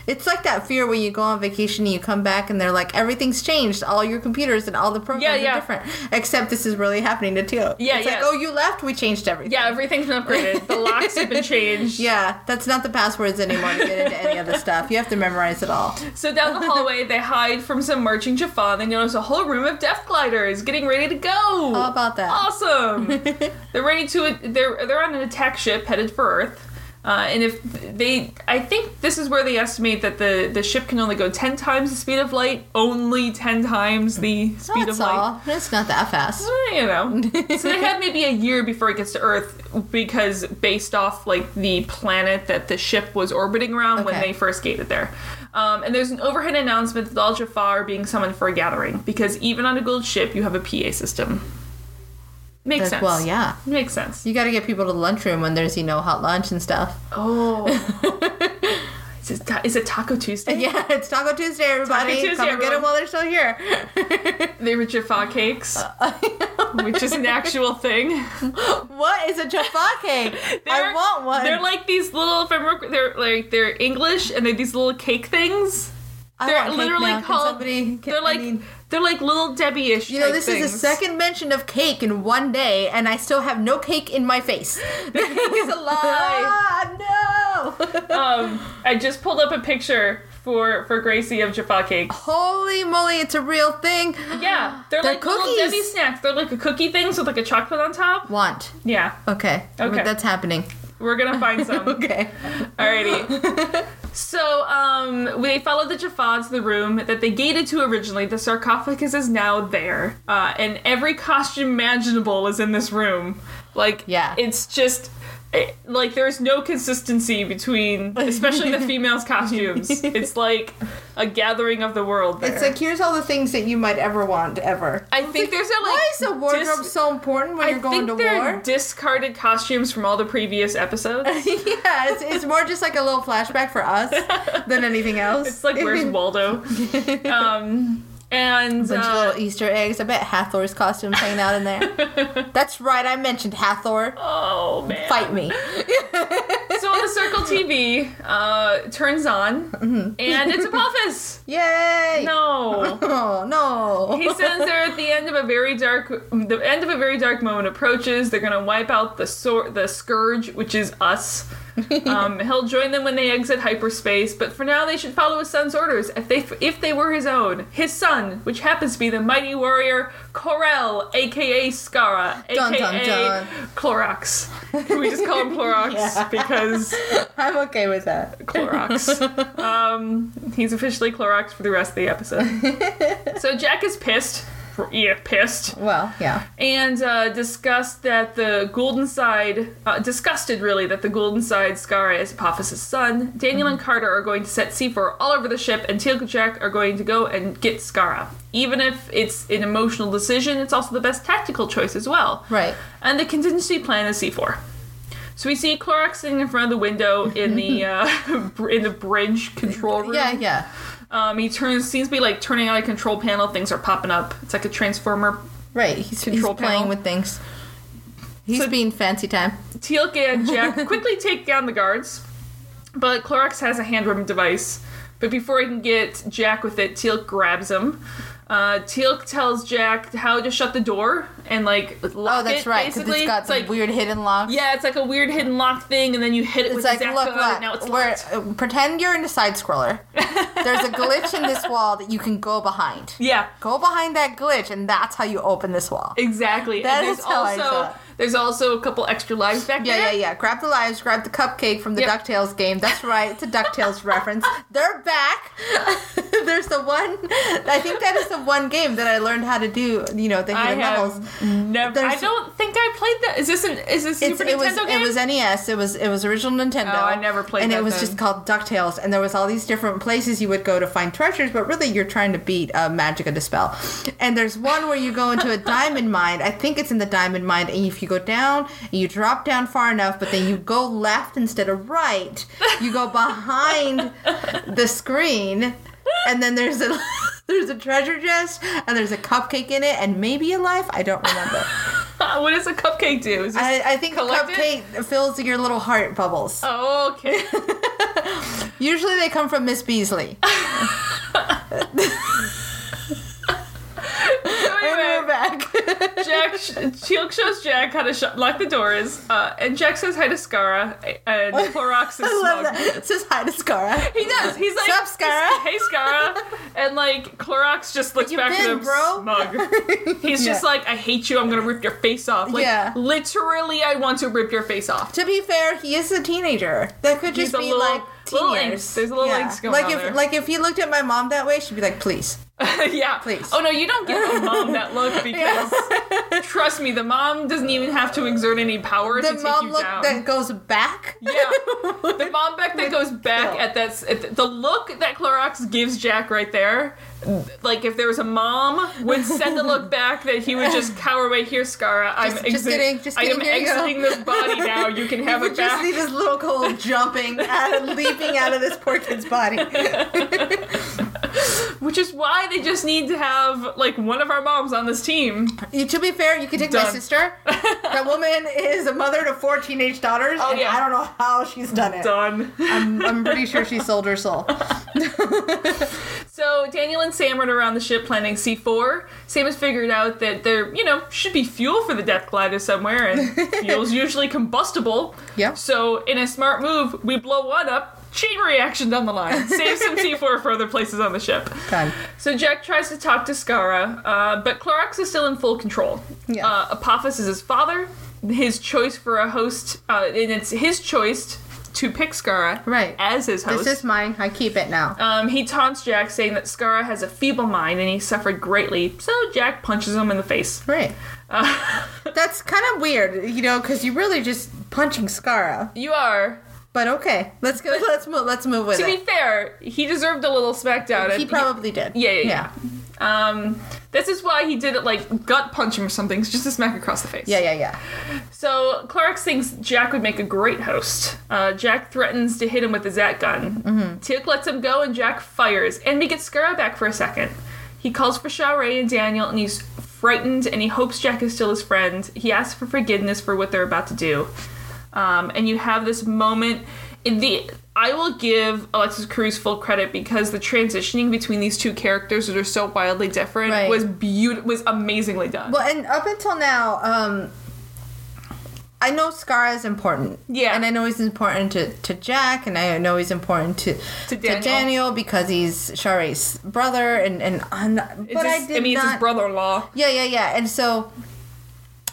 Speaker 3: It's like that fear when you go on vacation and you come back and they're like, everything's changed. All your computers and all the programs
Speaker 2: Yeah, yeah.
Speaker 3: are different. Except this is really happening to Teal.
Speaker 2: Yeah,
Speaker 3: it's
Speaker 2: yeah.
Speaker 3: like, oh, you left. We changed everything.
Speaker 2: Yeah, everything's been upgraded. The locks have [LAUGHS] been changed.
Speaker 3: Yeah, that's not the passwords anymore to get into any of the stuff. You have to memorize it all.
Speaker 2: So down the hallway, they hide from some marching Jaffa, and they notice a whole room of Death Gliders getting ready to go. How
Speaker 3: about that? [LAUGHS]
Speaker 2: Awesome. they're ready to. They're they're on an attack ship headed for Earth. Uh, and if they, I think this is where they estimate that the, the ship can only go ten times the speed of light. Only ten times the speed of
Speaker 3: that's
Speaker 2: light.
Speaker 3: all. It's not
Speaker 2: [LAUGHS]
Speaker 3: that fast.
Speaker 2: Eh, you
Speaker 3: [LAUGHS]
Speaker 2: know. so they have maybe a year before it gets to Earth because based off like the planet that the ship was orbiting around when
Speaker 3: Okay.
Speaker 2: they first gated there. Um, and there's an overhead announcement that all Jafar are being summoned for a gathering because even on a gold ship, you have a PA system. Makes
Speaker 3: Like,
Speaker 2: sense.
Speaker 3: well, yeah.
Speaker 2: Makes sense.
Speaker 3: You got to get people to the lunchroom when there's, you know, hot lunch and stuff. [LAUGHS]
Speaker 2: Oh. [LAUGHS] is, it ta- is it Taco Tuesday?
Speaker 3: Yeah, it's Taco Tuesday, everybody.
Speaker 2: Tuesday,
Speaker 3: Come and get
Speaker 2: everyone.
Speaker 3: them while they're still here. [LAUGHS]
Speaker 2: They were Jaffa cakes,
Speaker 3: Uh,
Speaker 2: which is an actual
Speaker 3: [LAUGHS]
Speaker 2: thing.
Speaker 3: what is a Jaffa cake? I
Speaker 2: [LAUGHS] They're-
Speaker 3: want one.
Speaker 2: They're like these little. If I remember, they're like they're English, and they're these little cake things.
Speaker 3: I
Speaker 2: They're
Speaker 3: want cake
Speaker 2: literally
Speaker 3: now. Can
Speaker 2: called.
Speaker 3: somebody- can-
Speaker 2: they're
Speaker 3: I
Speaker 2: like
Speaker 3: need-
Speaker 2: they're like little Debbie-ish.
Speaker 3: you know,
Speaker 2: type
Speaker 3: this is the
Speaker 2: things.
Speaker 3: second mention of cake in one day, and I still have no cake in
Speaker 2: [LAUGHS]
Speaker 3: my face. The cake [LAUGHS] is alive. ah,
Speaker 2: [LAUGHS]
Speaker 3: no!
Speaker 2: Um, I just pulled up a picture for for Gracie of Jaffa
Speaker 3: [GASPS]
Speaker 2: cakes.
Speaker 3: Holy moly, it's a real thing.
Speaker 2: Yeah, they're,
Speaker 3: They're
Speaker 2: like
Speaker 3: cookies.
Speaker 2: little Debbie snacks. They're like a cookie things with like a chocolate on top.
Speaker 3: Want.
Speaker 2: Yeah,
Speaker 3: Okay.
Speaker 2: Okay. Um,
Speaker 3: That's happening.
Speaker 2: we're gonna find some.
Speaker 3: [LAUGHS] Okay.
Speaker 2: Alrighty.
Speaker 3: [LAUGHS]
Speaker 2: so, um, they followed the Jaffa to the room that they gated to originally. The sarcophagus is now there, uh, and every costume imaginable is in this room. Like,
Speaker 3: Yeah.
Speaker 2: it's just. It, like there's no consistency between especially
Speaker 3: [LAUGHS]
Speaker 2: the females costumes it's like a gathering of the world there.
Speaker 3: It's like, here's all the things that you might ever want, ever.
Speaker 2: i think there's a like
Speaker 3: Why is a wardrobe
Speaker 2: dis-
Speaker 3: so important when
Speaker 2: i
Speaker 3: you're going
Speaker 2: think
Speaker 3: to
Speaker 2: they're
Speaker 3: war?
Speaker 2: discarded costumes from all the previous episodes
Speaker 3: [LAUGHS] yeah, it's, it's more just like a little flashback for us than anything
Speaker 2: [LAUGHS]
Speaker 3: else.
Speaker 2: It's like
Speaker 3: [LAUGHS]
Speaker 2: where's Waldo? um, and
Speaker 3: Bunch of
Speaker 2: uh,
Speaker 3: little Easter eggs. I bet Hathor's costume's hanging out in there.
Speaker 2: [LAUGHS]
Speaker 3: That's right, I mentioned Hathor.
Speaker 2: oh man!
Speaker 3: Fight me.
Speaker 2: So the Circle TV uh, turns on,
Speaker 3: Mm-hmm.
Speaker 2: and
Speaker 3: [LAUGHS]
Speaker 2: it's Apophis.
Speaker 3: Yay!
Speaker 2: No.
Speaker 3: Oh, no.
Speaker 2: [LAUGHS] He stands there at the end of a very dark, the end of a very dark moment approaches. They're gonna wipe out the sor- the scourge, which is
Speaker 3: [LAUGHS]
Speaker 2: us. Um, he'll join them when they exit hyperspace, but for now they should follow his son's orders. If they if they were his own, his son, which happens to be the mighty warrior Corel, aka Skara, aka
Speaker 3: Dun, dun, dun.
Speaker 2: Clorox. Can we just call him Clorox
Speaker 3: [LAUGHS] Yeah.
Speaker 2: because
Speaker 3: [LAUGHS] I'm okay with that.
Speaker 2: Clorox. [LAUGHS] um, he's officially Clorox for the rest of the episode. so Jack is pissed. Yeah, pissed
Speaker 3: Well, yeah.
Speaker 2: and uh, discussed that the Golden Side, uh, disgusted really, that the Golden Side Skara is Apophis' son. Daniel and Carter are going to set C4 all over the ship, and Teal and Jack are going to go and get Skara. Even if it's an emotional decision, it's also the best tactical choice as well.
Speaker 3: Right.
Speaker 2: And the contingency plan is C4. So we see Clorox sitting in front of the window in
Speaker 3: [LAUGHS]
Speaker 2: the uh, br- in the bridge control room.
Speaker 3: Yeah, yeah.
Speaker 2: Um, he turns seems to be like turning on a control panel. Things are popping up. It's like a transformer
Speaker 3: Right, he's, he's
Speaker 2: Control
Speaker 3: playing
Speaker 2: panel.
Speaker 3: with things. He's
Speaker 2: So-
Speaker 3: being fancy time.
Speaker 2: Teal'c and
Speaker 3: [LAUGHS]
Speaker 2: Jack quickly take down the guards, but Clorox has a hand rubbing device. But before he can get Jack with it, Teal'c grabs him. Uh, Teal'c tells Jack how to shut the door and like lock
Speaker 3: Oh, that's
Speaker 2: it,
Speaker 3: right, because
Speaker 2: Basically,
Speaker 3: it's got some
Speaker 2: like
Speaker 3: weird hidden lock.
Speaker 2: yeah, it's like a weird hidden lock thing, and then you hit it
Speaker 3: It's
Speaker 2: with
Speaker 3: like,
Speaker 2: the
Speaker 3: look,
Speaker 2: Zacko, and now
Speaker 3: look,
Speaker 2: it's
Speaker 3: we're,
Speaker 2: locked.
Speaker 3: uh, pretend you're in a side
Speaker 2: [LAUGHS]
Speaker 3: scroller. There's a glitch in this wall that you can go behind.
Speaker 2: Yeah,
Speaker 3: Go behind that glitch, and that's how you open this wall.
Speaker 2: exactly.
Speaker 3: That
Speaker 2: and there's
Speaker 3: is how I
Speaker 2: also
Speaker 3: saw it.
Speaker 2: there's also a couple extra lives back
Speaker 3: Yeah,
Speaker 2: there.
Speaker 3: yeah, yeah. Grab the lives, grab the cupcake from the
Speaker 2: Yep.
Speaker 3: DuckTales game. That's right, it's
Speaker 2: [LAUGHS]
Speaker 3: a DuckTales reference. They're back. There's the one, I think that is the one game that I learned how to do, you know, the
Speaker 2: I
Speaker 3: hidden levels.
Speaker 2: have never. I
Speaker 3: There's-
Speaker 2: don't think I played that. Is this an is this
Speaker 3: It's,
Speaker 2: Super
Speaker 3: it was
Speaker 2: Nintendo game?
Speaker 3: it was NES. It was it was original Nintendo.
Speaker 2: Oh, I never played
Speaker 3: And
Speaker 2: that
Speaker 3: it was
Speaker 2: then.
Speaker 3: just called Ducktales. And there was all these different places you would go to find treasures, but really you're trying to beat uh, Magicka Dispel. And there's one where you go into a diamond [LAUGHS] mine. I think it's in the diamond mine. And if you go down, you drop down far enough, but then you go left instead of right. You go
Speaker 2: [LAUGHS]
Speaker 3: behind the screen, and then there's a. [LAUGHS] There's a treasure chest and there's a cupcake in it and maybe a life. I don't remember.
Speaker 2: [LAUGHS] what does a cupcake do? Is this
Speaker 3: I, I think the
Speaker 2: collect
Speaker 3: cupcake
Speaker 2: it?
Speaker 3: fills your little heart bubbles.
Speaker 2: Oh,
Speaker 3: [LAUGHS]
Speaker 2: okay.
Speaker 3: Usually they come from
Speaker 2: [LAUGHS]
Speaker 3: Miss Beasley.
Speaker 2: So
Speaker 3: And we're
Speaker 2: anyway, [LAUGHS]
Speaker 3: back.
Speaker 2: Jack sh- Teal'c shows Jack how to shut lock the doors, uh, and Jack says hi to Skara, and Clorox is
Speaker 3: [LAUGHS] I love
Speaker 2: smug.
Speaker 3: that. It says hi
Speaker 2: [LAUGHS]
Speaker 3: to Scara.
Speaker 2: He does. He's like,
Speaker 3: Sup, Skara?
Speaker 2: [LAUGHS] Hey, Skara. And like, Clorox just looks
Speaker 3: you
Speaker 2: back at
Speaker 3: been,
Speaker 2: him
Speaker 3: bro?
Speaker 2: smug.
Speaker 3: [LAUGHS]
Speaker 2: He's just
Speaker 3: Yeah.
Speaker 2: like, I hate you. I'm gonna rip your face off. Like,
Speaker 3: Yeah.
Speaker 2: literally, I want to rip your face off. [LAUGHS]
Speaker 3: To be fair, he is a teenager. That could
Speaker 2: He's
Speaker 3: just
Speaker 2: a
Speaker 3: be
Speaker 2: little
Speaker 3: like teen
Speaker 2: Little
Speaker 3: years.
Speaker 2: inks. There's little inks going
Speaker 3: like
Speaker 2: on
Speaker 3: if
Speaker 2: there.
Speaker 3: like if he looked at my mom that way, she'd be like, "Please."
Speaker 2: yeah.
Speaker 3: Please.
Speaker 2: Oh no, you don't give the mom that
Speaker 3: [LAUGHS]
Speaker 2: look because trust me, the mom doesn't even have to exert any power to
Speaker 3: The
Speaker 2: take
Speaker 3: mom
Speaker 2: you
Speaker 3: look
Speaker 2: down.
Speaker 3: that
Speaker 2: [LAUGHS]
Speaker 3: goes back. [LAUGHS]
Speaker 2: yeah, the mom back that goes back
Speaker 3: skill.
Speaker 2: at that s- at the, the look that Clorox gives Jack right there. Like if there was a mom would send the look back that he would
Speaker 3: [LAUGHS]
Speaker 2: just cower away. Here, Scara, I'm
Speaker 3: Just- just kidding, just
Speaker 2: I am
Speaker 3: kidding, here you go."
Speaker 2: exiting this body
Speaker 3: [LAUGHS]
Speaker 2: now. You can have
Speaker 3: We
Speaker 2: it
Speaker 3: just
Speaker 2: back.
Speaker 3: see this
Speaker 2: [LAUGHS]
Speaker 3: little cold jumping out, leaping out of this poor kid's body.
Speaker 2: Which is why they just need to have like one of our moms on this team.
Speaker 3: You, to be fair, you could take my
Speaker 2: Done. [LAUGHS]
Speaker 3: sister. That woman is a mother to four teenage daughters, and
Speaker 2: Oh, yeah.
Speaker 3: I don't know how she's done it.
Speaker 2: Done.
Speaker 3: I'm, I'm pretty sure she sold her soul.
Speaker 2: So Daniel and Sam run around the ship planning C4. Sam has figured out that there, you know, should be fuel for the Death Glider somewhere,
Speaker 3: [LAUGHS]
Speaker 2: and fuel's usually combustible.
Speaker 3: Yeah.
Speaker 2: So in a smart move, we blow one up, chain reaction down the line, save
Speaker 3: [LAUGHS]
Speaker 2: some C4 for other places on the ship.
Speaker 3: Done.
Speaker 2: So Jack tries to talk to Skara, uh, but Clorox is still in full control.
Speaker 3: Yeah.
Speaker 2: Uh, Apophis is his father. His choice for a host, uh, and it's his choice to pick Skara
Speaker 3: Right.
Speaker 2: as his host.
Speaker 3: This is mine. I keep it now.
Speaker 2: Um, he taunts Jack, saying that Skara has a feeble mind and he suffered greatly, so Jack punches him in the face. [LAUGHS]
Speaker 3: Right. That's kind of weird, you know, because you're really just punching Scara.
Speaker 2: You are.
Speaker 3: But okay, let's go. Let's move. Let's move with
Speaker 2: To be
Speaker 3: it.
Speaker 2: fair, he deserved a little smackdown.
Speaker 3: He probably did.
Speaker 2: Yeah, yeah, yeah. Um, this is why he did it like gut punch him or something, just a smack across the face.
Speaker 3: yeah, yeah, yeah.
Speaker 2: So Clark thinks Jack would make a great host. Uh, Jack threatens to hit him with his at gun.
Speaker 3: Mm-hmm.
Speaker 2: Teal'c lets him go, and Jack fires, and we get Skara back for a second. He calls for Shawray and Daniel, and he's frightened, and he hopes Jack is still his friend. He asks for forgiveness for what they're about to do, um, and you have this moment. In the I will give Alexis Cruz full credit because the transitioning between these two characters that are so wildly different
Speaker 3: Right.
Speaker 2: was beaut was amazingly done.
Speaker 3: Well, and up until now, um, I know Scar is important.
Speaker 2: Yeah.
Speaker 3: And I know he's important to, to Jack, and I know he's important to,
Speaker 2: To Daniel.
Speaker 3: Daniel because he's Share's brother, and and, and
Speaker 2: It's
Speaker 3: but I
Speaker 2: his-
Speaker 3: did
Speaker 2: mean,
Speaker 3: not.
Speaker 2: it's his brother-in-law.
Speaker 3: Yeah, yeah, yeah. And so,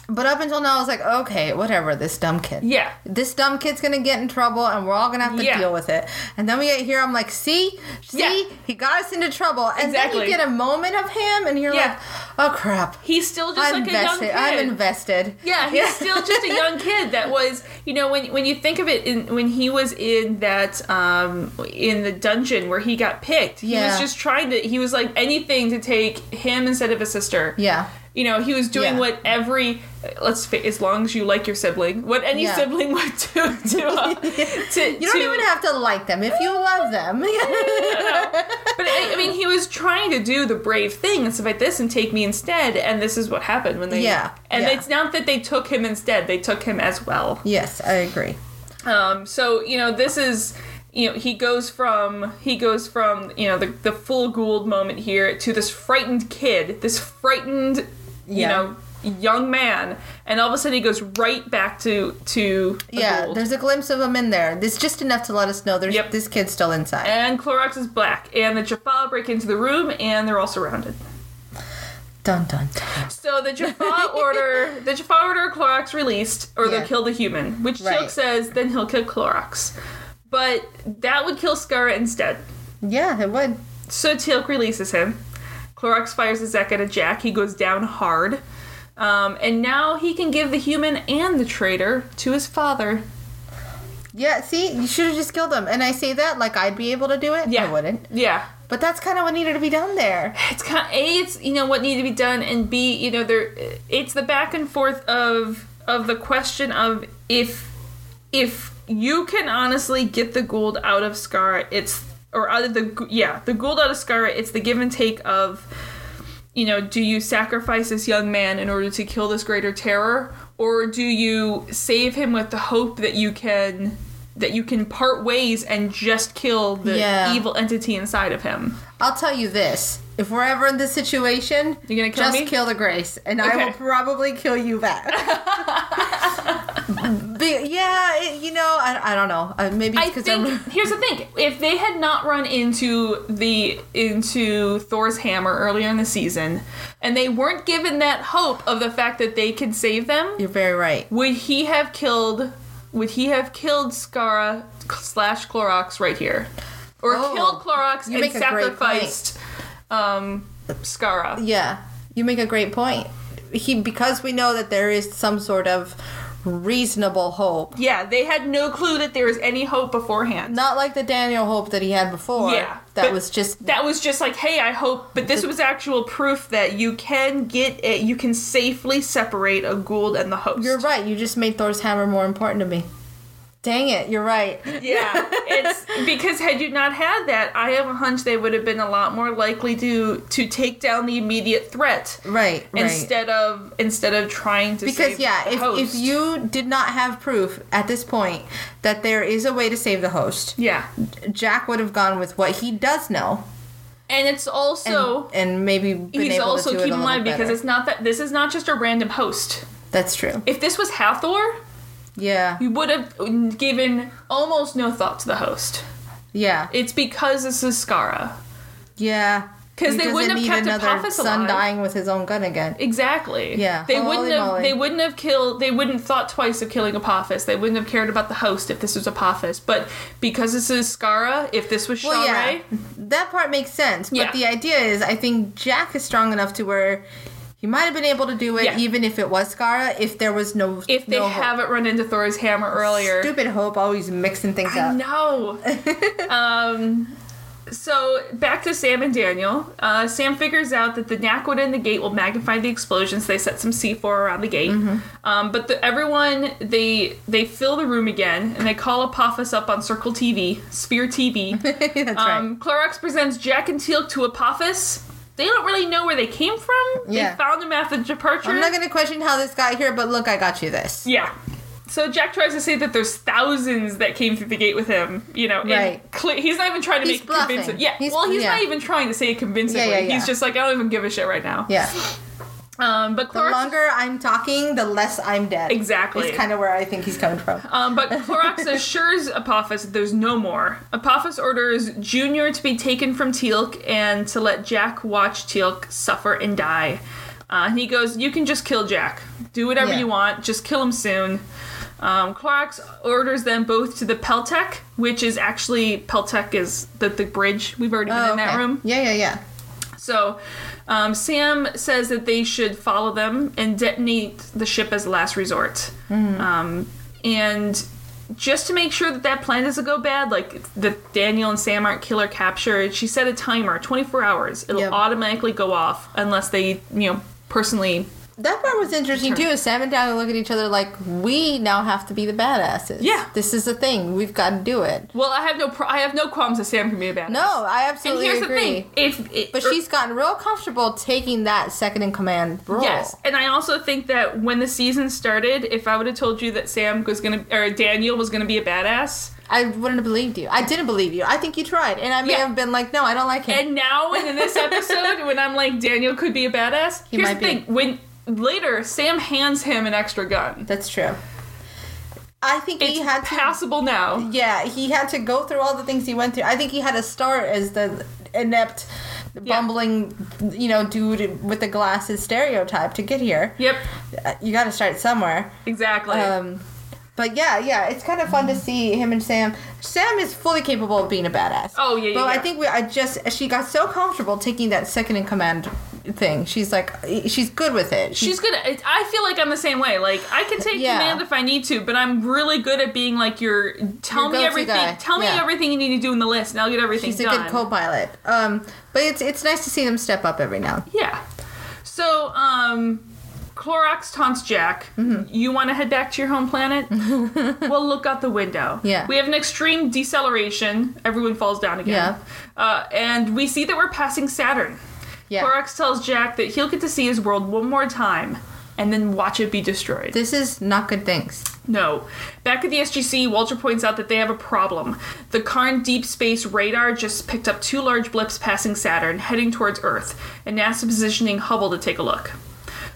Speaker 3: but up until now, I was like, okay, whatever. This dumb kid.
Speaker 2: Yeah.
Speaker 3: This dumb kid's gonna get in trouble, and we're all gonna have to
Speaker 2: Yeah.
Speaker 3: deal with it. And then we get here. I'm like, see, see,
Speaker 2: Yeah.
Speaker 3: he got us into trouble. And
Speaker 2: Exactly.
Speaker 3: then you get a moment of him, and you're
Speaker 2: Yeah.
Speaker 3: like, oh crap.
Speaker 2: He's still just
Speaker 3: I'm
Speaker 2: like a young
Speaker 3: invested.
Speaker 2: kid.
Speaker 3: I'm invested.
Speaker 2: yeah, he's still just a young kid
Speaker 3: [LAUGHS]
Speaker 2: that was, you know, when when you think of it, in, when he was in that, um, in the dungeon where he got picked, he was
Speaker 3: Yeah.
Speaker 2: just trying to. He was like anything to take him instead of his sister.
Speaker 3: Yeah.
Speaker 2: You know, he was doing
Speaker 3: Yeah.
Speaker 2: what every let's fa- as long as you like your sibling, what any
Speaker 3: Yeah.
Speaker 2: sibling would do to
Speaker 3: [LAUGHS]
Speaker 2: uh, to,
Speaker 3: You don't even have to like them if you
Speaker 2: [LAUGHS]
Speaker 3: love them.
Speaker 2: But I, I mean, he was trying to do the brave thing and stuff like this, and take me instead. And this is what happened when they
Speaker 3: Yeah,
Speaker 2: And
Speaker 3: yeah.
Speaker 2: it's not that they took him instead; they took him as well.
Speaker 3: yes, I agree.
Speaker 2: Um, so you know, this is you know he goes from he goes from you know the the full Gould moment here to this frightened kid, this frightened you
Speaker 3: Yeah.
Speaker 2: know young man, and all of a sudden he goes right back to to the
Speaker 3: yeah,
Speaker 2: Gould.
Speaker 3: there's a glimpse of him in there. There's just enough to let us know there's
Speaker 2: Yep.
Speaker 3: this kid's still inside.
Speaker 2: and Clorox is black, and the Jaffa break into the room, and they're all surrounded.
Speaker 3: Dun dun dun.
Speaker 2: So the
Speaker 3: [LAUGHS]
Speaker 2: Jaffa order, the Jaffa order, Clorox released, or they'll
Speaker 3: Yeah.
Speaker 2: kill the human, which Silk
Speaker 3: Right.
Speaker 2: says then he'll kill Clorox, but that would kill Skara instead.
Speaker 3: Yeah, it would.
Speaker 2: So Teal'c releases him. Clorox fires a Zek at a Jack. He goes down hard. Um, and now he can give the human and the traitor to his father.
Speaker 3: Yeah, see, you should have just killed him. And I say that like I'd be able to do it.
Speaker 2: Yeah.
Speaker 3: I wouldn't.
Speaker 2: Yeah.
Speaker 3: But that's kind of what needed to be done there.
Speaker 2: It's kind of, A, it's, you know, what needed to be done, and B, you know, there, it's the back and forth of, of the question of if, if you can honestly get the Gould out of Skara, it's, or out of the, Gu- yeah, the Gould out of Skara, it's the give and take of, you know, do you sacrifice this young man in order to kill this greater terror, or do you save him with the hope that you can that you can part ways and just kill the
Speaker 3: Yeah.
Speaker 2: evil entity inside of him?
Speaker 3: I'll tell you this. If we're ever in this situation,
Speaker 2: You gonna kill
Speaker 3: just
Speaker 2: me?
Speaker 3: kill the grace, and I
Speaker 2: Okay.
Speaker 3: will probably kill
Speaker 2: [LAUGHS]
Speaker 3: you back. Be- yeah, it, you know, I, I don't know. Uh, maybe
Speaker 2: I
Speaker 3: because
Speaker 2: think
Speaker 3: I'm [LAUGHS]
Speaker 2: here's the thing: if they had not run into the into Thor's hammer earlier in the season, and they weren't given that hope of the fact that they can save them,
Speaker 3: You're very right.
Speaker 2: would he have killed would he have killed Skara slash Clorox right here, or
Speaker 3: Oh,
Speaker 2: killed Clorox
Speaker 3: you
Speaker 2: and
Speaker 3: make a great
Speaker 2: sacrificed um, Skara?
Speaker 3: Yeah, you make a great point. He because we know that there is some sort of reasonable hope,
Speaker 2: Yeah, they had no clue that there was any hope beforehand.
Speaker 3: not like the Daniel hope that he had before.
Speaker 2: Yeah,
Speaker 3: that
Speaker 2: but
Speaker 3: was just
Speaker 2: That was just like, hey, I hope, but this was actual proof that you can get it, you can safely separate a Gould and the host.
Speaker 3: You're right. You just made Thor's hammer more important to me. Dang it, you're right. [LAUGHS]
Speaker 2: Yeah, it's because had you not had that, I have a hunch they would have been a lot more likely to to take down the immediate threat
Speaker 3: Right, right.
Speaker 2: instead of instead of trying to
Speaker 3: because
Speaker 2: save
Speaker 3: yeah,
Speaker 2: the
Speaker 3: if,
Speaker 2: host.
Speaker 3: if you did not have proof at this point that there is a way to save the host,
Speaker 2: yeah,
Speaker 3: Jack would have gone with what he does know,
Speaker 2: and it's
Speaker 3: and,
Speaker 2: also
Speaker 3: and maybe been
Speaker 2: he's
Speaker 3: able
Speaker 2: also
Speaker 3: to do
Speaker 2: keep
Speaker 3: it a
Speaker 2: in
Speaker 3: little
Speaker 2: mind because
Speaker 3: better.
Speaker 2: it's not that this is not just a random host.
Speaker 3: that's true.
Speaker 2: If this was Hathor,
Speaker 3: Yeah,
Speaker 2: you would have given almost no thought to the host.
Speaker 3: yeah,
Speaker 2: It's because this is Skara.
Speaker 3: yeah.
Speaker 2: 'Cause
Speaker 3: He
Speaker 2: they wouldn't
Speaker 3: doesn't
Speaker 2: have
Speaker 3: need
Speaker 2: kept
Speaker 3: another
Speaker 2: Apophis
Speaker 3: son
Speaker 2: alive.
Speaker 3: dying with his own gun again.
Speaker 2: Exactly.
Speaker 3: Yeah.
Speaker 2: They
Speaker 3: Holy
Speaker 2: wouldn't have.
Speaker 3: moly.
Speaker 2: They wouldn't have killed. They wouldn't have thought twice of killing Apophis. They wouldn't have cared about the host if this was Apophis. But because this is Skara, if this was Shara,
Speaker 3: Well, yeah, that part makes sense. But
Speaker 2: Yeah.
Speaker 3: the idea is, I think Jack is strong enough to where he might have been able to do it,
Speaker 2: Yeah.
Speaker 3: even if it was Skara, if there was no
Speaker 2: if they
Speaker 3: no hope.
Speaker 2: haven't run into Thor's hammer earlier,
Speaker 3: Stupid hope, always mixing things
Speaker 2: I
Speaker 3: up.
Speaker 2: know. um, so back to Sam and Daniel. Uh, Sam figures out that the Nakwada and the gate will magnify the explosions. They set some C4 around the gate.
Speaker 3: Mm-hmm.
Speaker 2: Um, but the, everyone, they they fill the room again, and they call Apophis up on Circle TV, Sphere TV.
Speaker 3: [LAUGHS] That's [LAUGHS] right.
Speaker 2: um, Clorox presents Jack and Teal to Apophis. They don't really know where they came from.
Speaker 3: Yeah.
Speaker 2: They found him after departure.
Speaker 3: I'm not gonna question how this got here, but look, I got you this.
Speaker 2: Yeah. So Jack tries to say that there's thousands that came through the gate with him, you know. and
Speaker 3: Right.
Speaker 2: cle- he's not even trying to
Speaker 3: He's
Speaker 2: make it
Speaker 3: bluffing.
Speaker 2: convincing. Yeah.
Speaker 3: He's-
Speaker 2: well, he's
Speaker 3: yeah.
Speaker 2: not even trying to say it convincingly.
Speaker 3: Yeah, yeah, yeah.
Speaker 2: He's just like, I don't even give a shit right now.
Speaker 3: Yeah.
Speaker 2: [LAUGHS] Um, but
Speaker 3: The
Speaker 2: Clorox,
Speaker 3: longer I'm talking, the less I'm dead.
Speaker 2: Exactly.
Speaker 3: It's kind of where I think he's coming from.
Speaker 2: um, but Clorox
Speaker 3: [LAUGHS]
Speaker 2: assures Apophis that there's no more. Apophis orders Junior to be taken from Teal'c and to let Jack watch Teal'c suffer and die. Uh, and he goes, "You can just kill Jack. Do whatever
Speaker 3: Yeah.
Speaker 2: you want. Just kill him soon." Um, Clorox orders them both to the Peltec, which is actually Peltec is the, the bridge. We've already been
Speaker 3: Oh,
Speaker 2: Um, in that
Speaker 3: okay.
Speaker 2: room.
Speaker 3: Yeah, yeah, yeah.
Speaker 2: So um, Sam says that they should follow them and detonate the ship as a last resort.
Speaker 3: Mm-hmm.
Speaker 2: Um, and just to make sure that that plan doesn't go bad, like that Daniel and Sam aren't killer captured, she set a timer, 24 hours. It'll
Speaker 3: Yep.
Speaker 2: automatically go off unless they, you know, personally.
Speaker 3: That part was interesting too. Is Sam and Daniel look at each other like we now have to be the badasses.
Speaker 2: Yeah.
Speaker 3: this is the thing. We've got to do it.
Speaker 2: Well, I have no pro- I have no qualms that Sam can be a badass.
Speaker 3: No, I
Speaker 2: and
Speaker 3: absolutely
Speaker 2: here's
Speaker 3: agree.
Speaker 2: the thing: Er if it,
Speaker 3: But she's gotten real comfortable taking that second in command role.
Speaker 2: er, Yes, and I also think that when the season started, if I would have told you that Sam was gonna or Daniel was gonna be a badass,
Speaker 3: I wouldn't have believed you. I didn't believe you. I think you tried, and I may
Speaker 2: Yeah.
Speaker 3: have been like, "No, I don't like him."
Speaker 2: and now and in this episode when I'm like Daniel could be a badass,
Speaker 3: He
Speaker 2: here's
Speaker 3: might
Speaker 2: the
Speaker 3: be.
Speaker 2: thing: when later Sam hands him an extra gun,
Speaker 3: That's true. I think
Speaker 2: it's
Speaker 3: he had to.
Speaker 2: passable now.
Speaker 3: yeah, he had to go through all the things he went through. I think he had to start as the inept, bumbling, you know, dude with the glasses stereotype to get here.
Speaker 2: Yep,
Speaker 3: Uh, You got to start somewhere.
Speaker 2: exactly.
Speaker 3: Um, but yeah, yeah, it's kind of fun to see him and Sam. Sam is fully capable of being a badass.
Speaker 2: Oh, yeah, yeah,
Speaker 3: But I
Speaker 2: yeah.
Speaker 3: think we, I just she got so comfortable taking that second in command thing. She's like, she's good with it.
Speaker 2: She's gonna. I- I feel like I'm the same way. Like I can take
Speaker 3: Yeah.
Speaker 2: command if I need to, but I'm really good at being like your. Tell
Speaker 3: Your
Speaker 2: me
Speaker 3: go-to
Speaker 2: everything.
Speaker 3: guy.
Speaker 2: Tell me
Speaker 3: Yeah.
Speaker 2: everything you need to do in the list, and I'll get everything
Speaker 3: she's a
Speaker 2: done.
Speaker 3: good co-pilot. Um, but it's it's nice to see them step up every now.
Speaker 2: Yeah. So, um, Clorox taunts Jack.
Speaker 3: Mm-hmm.
Speaker 2: You want to head back to your home planet?
Speaker 3: [LAUGHS]
Speaker 2: well, look out the window.
Speaker 3: Yeah.
Speaker 2: We have an extreme deceleration. Everyone falls down again. Yeah. Uh, and we see that we're passing Saturn.
Speaker 3: Yeah.
Speaker 2: Clorox tells Jack that he'll get to see his world one more time and then watch it be destroyed.
Speaker 3: This is not good things.
Speaker 2: No. Back at the SGC, Walter points out that they have a problem. The Karn deep space radar just picked up two large blips passing Saturn, heading towards Earth, and NASA positioning Hubble to take a look.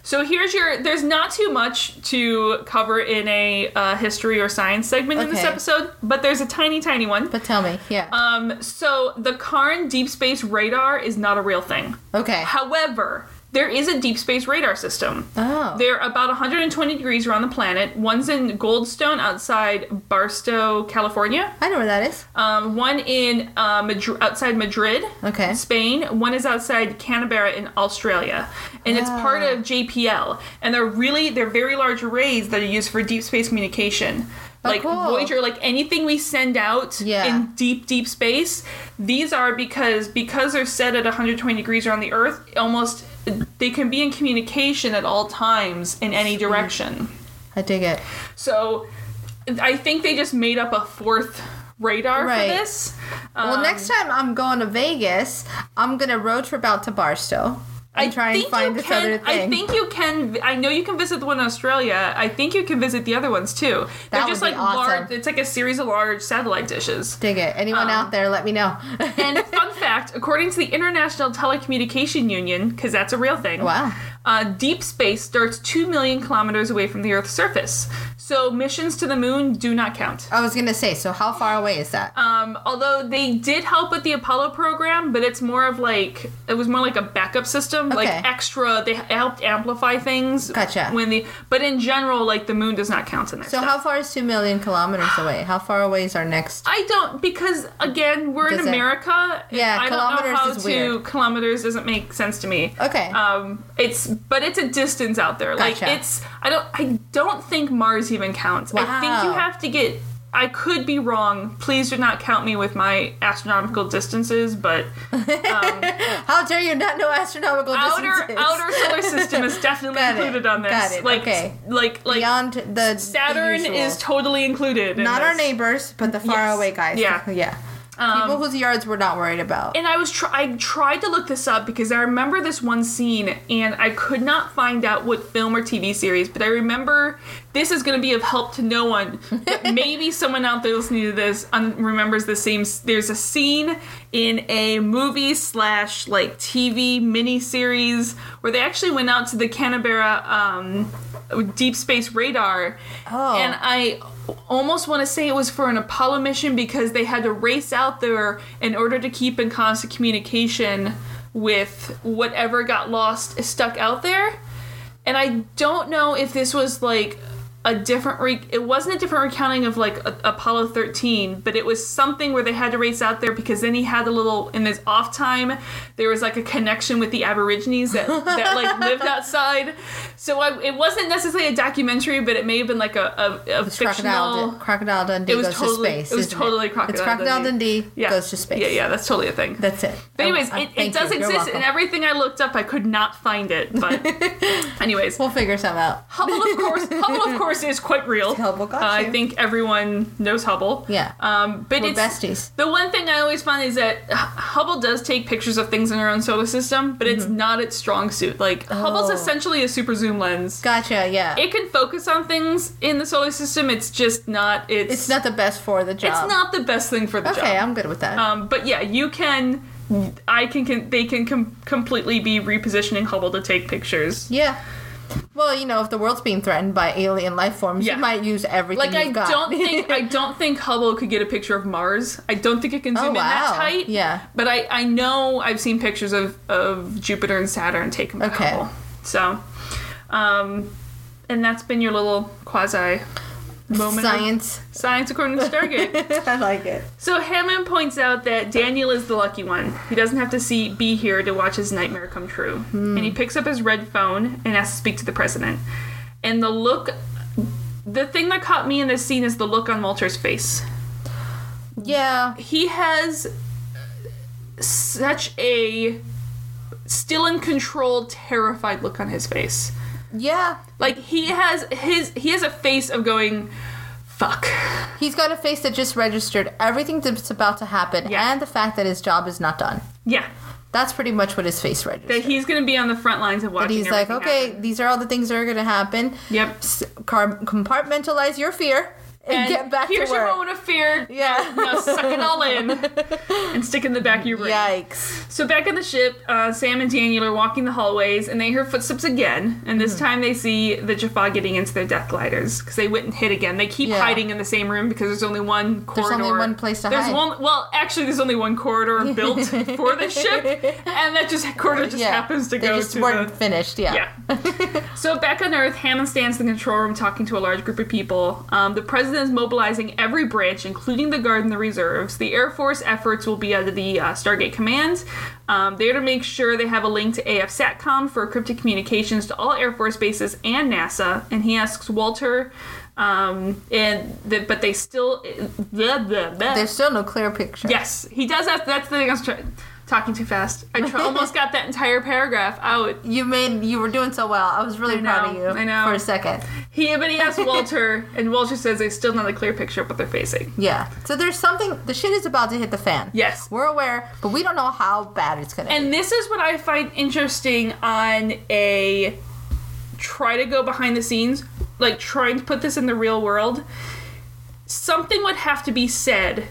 Speaker 2: So here's your. There's not too much to cover in a uh, history or science segment in this
Speaker 3: Okay.
Speaker 2: episode, but there's a tiny, tiny one.
Speaker 3: But tell me, yeah.
Speaker 2: Um, so the Karn deep space radar is not a real thing.
Speaker 3: okay.
Speaker 2: However, there is a deep space radar system.
Speaker 3: Oh.
Speaker 2: They're about 120 degrees around the planet. One's in Goldstone outside Barstow, California.
Speaker 3: I know where that is.
Speaker 2: Um, one in uh, Madri- outside Madrid,
Speaker 3: Okay.
Speaker 2: Spain. One is outside Canberra in Australia, and it's
Speaker 3: Ah.
Speaker 2: part of JPL. And they're really they're very large arrays that are used for deep space communication. Like
Speaker 3: Oh, cool.
Speaker 2: Voyager, like anything we send out
Speaker 3: Yeah.
Speaker 2: in deep, deep space, these are because because they're set at 120 degrees around the Earth, almost they can be in communication at all times in any direction.
Speaker 3: I dig it.
Speaker 2: So I think they just made up a fourth radar
Speaker 3: Right.
Speaker 2: for this. Um,
Speaker 3: well, next time I'm going to Vegas, I'm gonna road trip out to Barstow and try and
Speaker 2: think
Speaker 3: find
Speaker 2: you
Speaker 3: this
Speaker 2: can,
Speaker 3: other thing.
Speaker 2: I think you can. I know you can visit the one in Australia. I think you can visit the other ones too. They're
Speaker 3: That
Speaker 2: just
Speaker 3: would
Speaker 2: like
Speaker 3: be awesome.
Speaker 2: large. It's like a series of large satellite dishes.
Speaker 3: dig it.
Speaker 2: Um,
Speaker 3: Anyone out there, let me know. [LAUGHS]
Speaker 2: And fun fact, according to the International Telecommunication Union, because that's a real thing.
Speaker 3: Wow.
Speaker 2: Uh, deep space starts two million kilometers away from the Earth's surface, so missions to the moon do not count.
Speaker 3: I was gonna say, so how far away is that?
Speaker 2: Um, although they did help with the Apollo program, but it's more of like it was more like a backup system, like
Speaker 3: Okay.
Speaker 2: extra. They helped amplify things.
Speaker 3: Gotcha.
Speaker 2: When the but in general, like the moon does not count in this.
Speaker 3: so how far is two million kilometers away? How far away is our next?
Speaker 2: I don't because again we're
Speaker 3: Does
Speaker 2: in
Speaker 3: it-
Speaker 2: America. and
Speaker 3: Yeah,
Speaker 2: I don't know
Speaker 3: kilometers
Speaker 2: how
Speaker 3: is
Speaker 2: to
Speaker 3: weird.
Speaker 2: kilometers doesn't make sense to me.
Speaker 3: Okay.
Speaker 2: Um, it's but it's a distance out there. Like
Speaker 3: Gotcha.
Speaker 2: it's I don't I don't think Mars even counts. I think you
Speaker 3: Wow.
Speaker 2: have to get. I could be wrong. Please do not count me with my astronomical distances, but
Speaker 3: How dare you not know astronomical
Speaker 2: outer
Speaker 3: distances?
Speaker 2: outer solar system
Speaker 3: [LAUGHS]
Speaker 2: is definitely
Speaker 3: Got it,
Speaker 2: included on this.
Speaker 3: got it,
Speaker 2: Like
Speaker 3: okay.
Speaker 2: like like
Speaker 3: beyond the the
Speaker 2: Saturn
Speaker 3: usual.
Speaker 2: is totally included. in
Speaker 3: not our
Speaker 2: this.
Speaker 3: neighbors, but the far
Speaker 2: Yes.
Speaker 3: away guys.
Speaker 2: Yeah.
Speaker 3: [LAUGHS]
Speaker 2: Um,
Speaker 3: yeah. People whose yards we're not worried about.
Speaker 2: And I was try- I tried to look this up because I remember this one scene and I could not find out what film or TV series, but I remember this is going to be of help to no one. But maybe someone out there listening to this un- remembers the same. s- There's a scene in a movie slash like TV miniseries where they actually went out to the Canberra um, deep space radar,
Speaker 3: Oh.
Speaker 2: and I almost want to say it was for an Apollo mission because they had to race out there in order to keep in constant communication with whatever got lost stuck out there. And I don't know if this was like a different re- it wasn't a different recounting of like a- Apollo 13, but it was something where they had to race out there because then he had a little in his off time there was like a connection with the aborigines that that
Speaker 3: [LAUGHS]
Speaker 2: like lived outside. So I, it wasn't necessarily a documentary, but it may have been like a a, a
Speaker 3: It's crocodile,
Speaker 2: fictional
Speaker 3: Dun- crocodile Dundee
Speaker 2: It was
Speaker 3: goes
Speaker 2: totally-
Speaker 3: to space.
Speaker 2: it was
Speaker 3: isn't
Speaker 2: totally
Speaker 3: It's
Speaker 2: Crocodile
Speaker 3: crocodile
Speaker 2: Dundee.
Speaker 3: Dundee, goes to space.
Speaker 2: Yeah, yeah, that's totally a thing.
Speaker 3: That's it.
Speaker 2: But
Speaker 3: I-
Speaker 2: anyways,
Speaker 3: I-
Speaker 2: it, it
Speaker 3: thank
Speaker 2: does
Speaker 3: you. You're
Speaker 2: exist, and
Speaker 3: welcome.
Speaker 2: everything I looked up, I could not find it.
Speaker 3: [LAUGHS]
Speaker 2: But anyways,
Speaker 3: We'll figure something out.
Speaker 2: Hubble, of course, Hubble, of course, is quite real.
Speaker 3: [LAUGHS] Hubble got
Speaker 2: Uh, I
Speaker 3: you.
Speaker 2: think everyone knows Hubble.
Speaker 3: Yeah.
Speaker 2: Um, but
Speaker 3: We're
Speaker 2: it's
Speaker 3: besties.
Speaker 2: the one thing I always find is that H- Hubble does take pictures of things in our own solar system, but it's not its strong suit. Like Hubble's
Speaker 3: Mm-hmm. Oh.
Speaker 2: essentially a super zoom lens.
Speaker 3: Gotcha. Yeah,
Speaker 2: It can focus on things in the solar system. It's just not. It's
Speaker 3: it's not the best for the job.
Speaker 2: It's not the best thing for the job.
Speaker 3: Okay, I'm good with that.
Speaker 2: Um, but yeah, you can. I can. can they can com- completely be repositioning Hubble to take pictures.
Speaker 3: yeah. Well, you know, if the world's being threatened by alien life forms,
Speaker 2: Yeah.
Speaker 3: you might use everything.
Speaker 2: Like I
Speaker 3: you've got. [LAUGHS]
Speaker 2: don't think I don't think Hubble could get a picture of Mars. I don't think it can zoom in that
Speaker 3: Oh, wow.
Speaker 2: tight.
Speaker 3: Yeah.
Speaker 2: But I I know I've seen pictures of of Jupiter and Saturn taken by
Speaker 3: Okay.
Speaker 2: Hubble. So, um, and that's been your little quasi moment of-
Speaker 3: science.
Speaker 2: science according to Stargate.
Speaker 3: [LAUGHS] I like it.
Speaker 2: So Hammond points out that Daniel is the lucky one. He doesn't have to see be here to watch his nightmare come true.
Speaker 3: Hmm.
Speaker 2: And he picks up his red phone and has to speak to the president. And the look the thing that caught me in this scene is the look on Walter's face.
Speaker 3: Yeah.
Speaker 2: He has such a still in control, terrified look on his face.
Speaker 3: Yeah.
Speaker 2: Like he has his he has a face of going, fuck.
Speaker 3: He's got a face that just registered everything that's about to happen
Speaker 2: Yeah.
Speaker 3: and the fact that his job is not done.
Speaker 2: Yeah.
Speaker 3: That's pretty much what his face registered.
Speaker 2: That he's gonna be on the front lines of watching.
Speaker 3: But he's like,
Speaker 2: everything
Speaker 3: okay,
Speaker 2: happen."
Speaker 3: these are all the things that are going to happen.
Speaker 2: Yep.
Speaker 3: S- car- compartmentalize your fear and get back
Speaker 2: here's
Speaker 3: to work.
Speaker 2: your moment of fear.
Speaker 3: yeah.
Speaker 2: Now suck it all in and stick it in the back of your brain.
Speaker 3: [LAUGHS] Yikes.
Speaker 2: So back on the ship, uh, Sam and Daniel are walking the hallways, and they hear footsteps again. And
Speaker 3: Hmm.
Speaker 2: this time, they see the Jaffa getting into their death gliders because they went and hid again. They keep
Speaker 3: Yeah.
Speaker 2: hiding in the same room because there's only one corridor.
Speaker 3: only one place to
Speaker 2: there's
Speaker 3: hide.
Speaker 2: One, well, actually, there's only one
Speaker 3: [LAUGHS]
Speaker 2: corridor built for the ship, and that just corridor just
Speaker 3: yeah.
Speaker 2: happens to
Speaker 3: they
Speaker 2: go
Speaker 3: just
Speaker 2: to
Speaker 3: weren't
Speaker 2: the.
Speaker 3: finished. Yeah.
Speaker 2: Yeah. [LAUGHS] so back on Earth, Hammond stands in the control room talking to a large group of people. Um, the president is mobilizing every branch, including the Guard and the reserves. The Air Force efforts will be under the uh, Stargate Command. Um, they're to make sure they have a link to AF SATCOM for cryptic communications to all Air Force bases and NASA. And he asks Walter. Um, and th- but they still blah, blah, blah.
Speaker 3: There's still no clear picture.
Speaker 2: Yes, he does have. That's the thing I was try- talking too fast. I tr- almost got that entire paragraph out.
Speaker 3: You made you were doing so well. I was really
Speaker 2: I
Speaker 3: proud
Speaker 2: know,
Speaker 3: of you
Speaker 2: I know.
Speaker 3: for a second.
Speaker 2: He, but he asked Walter, and Walter says they still not a clear picture of what they're facing.
Speaker 3: Yeah. So there's something the shit is about to hit the fan.
Speaker 2: Yes.
Speaker 3: We're aware, but we don't know how bad it's gonna
Speaker 2: And this is what I find interesting on a try to go behind the scenes, like trying to put this in the real world. Something would have to be said.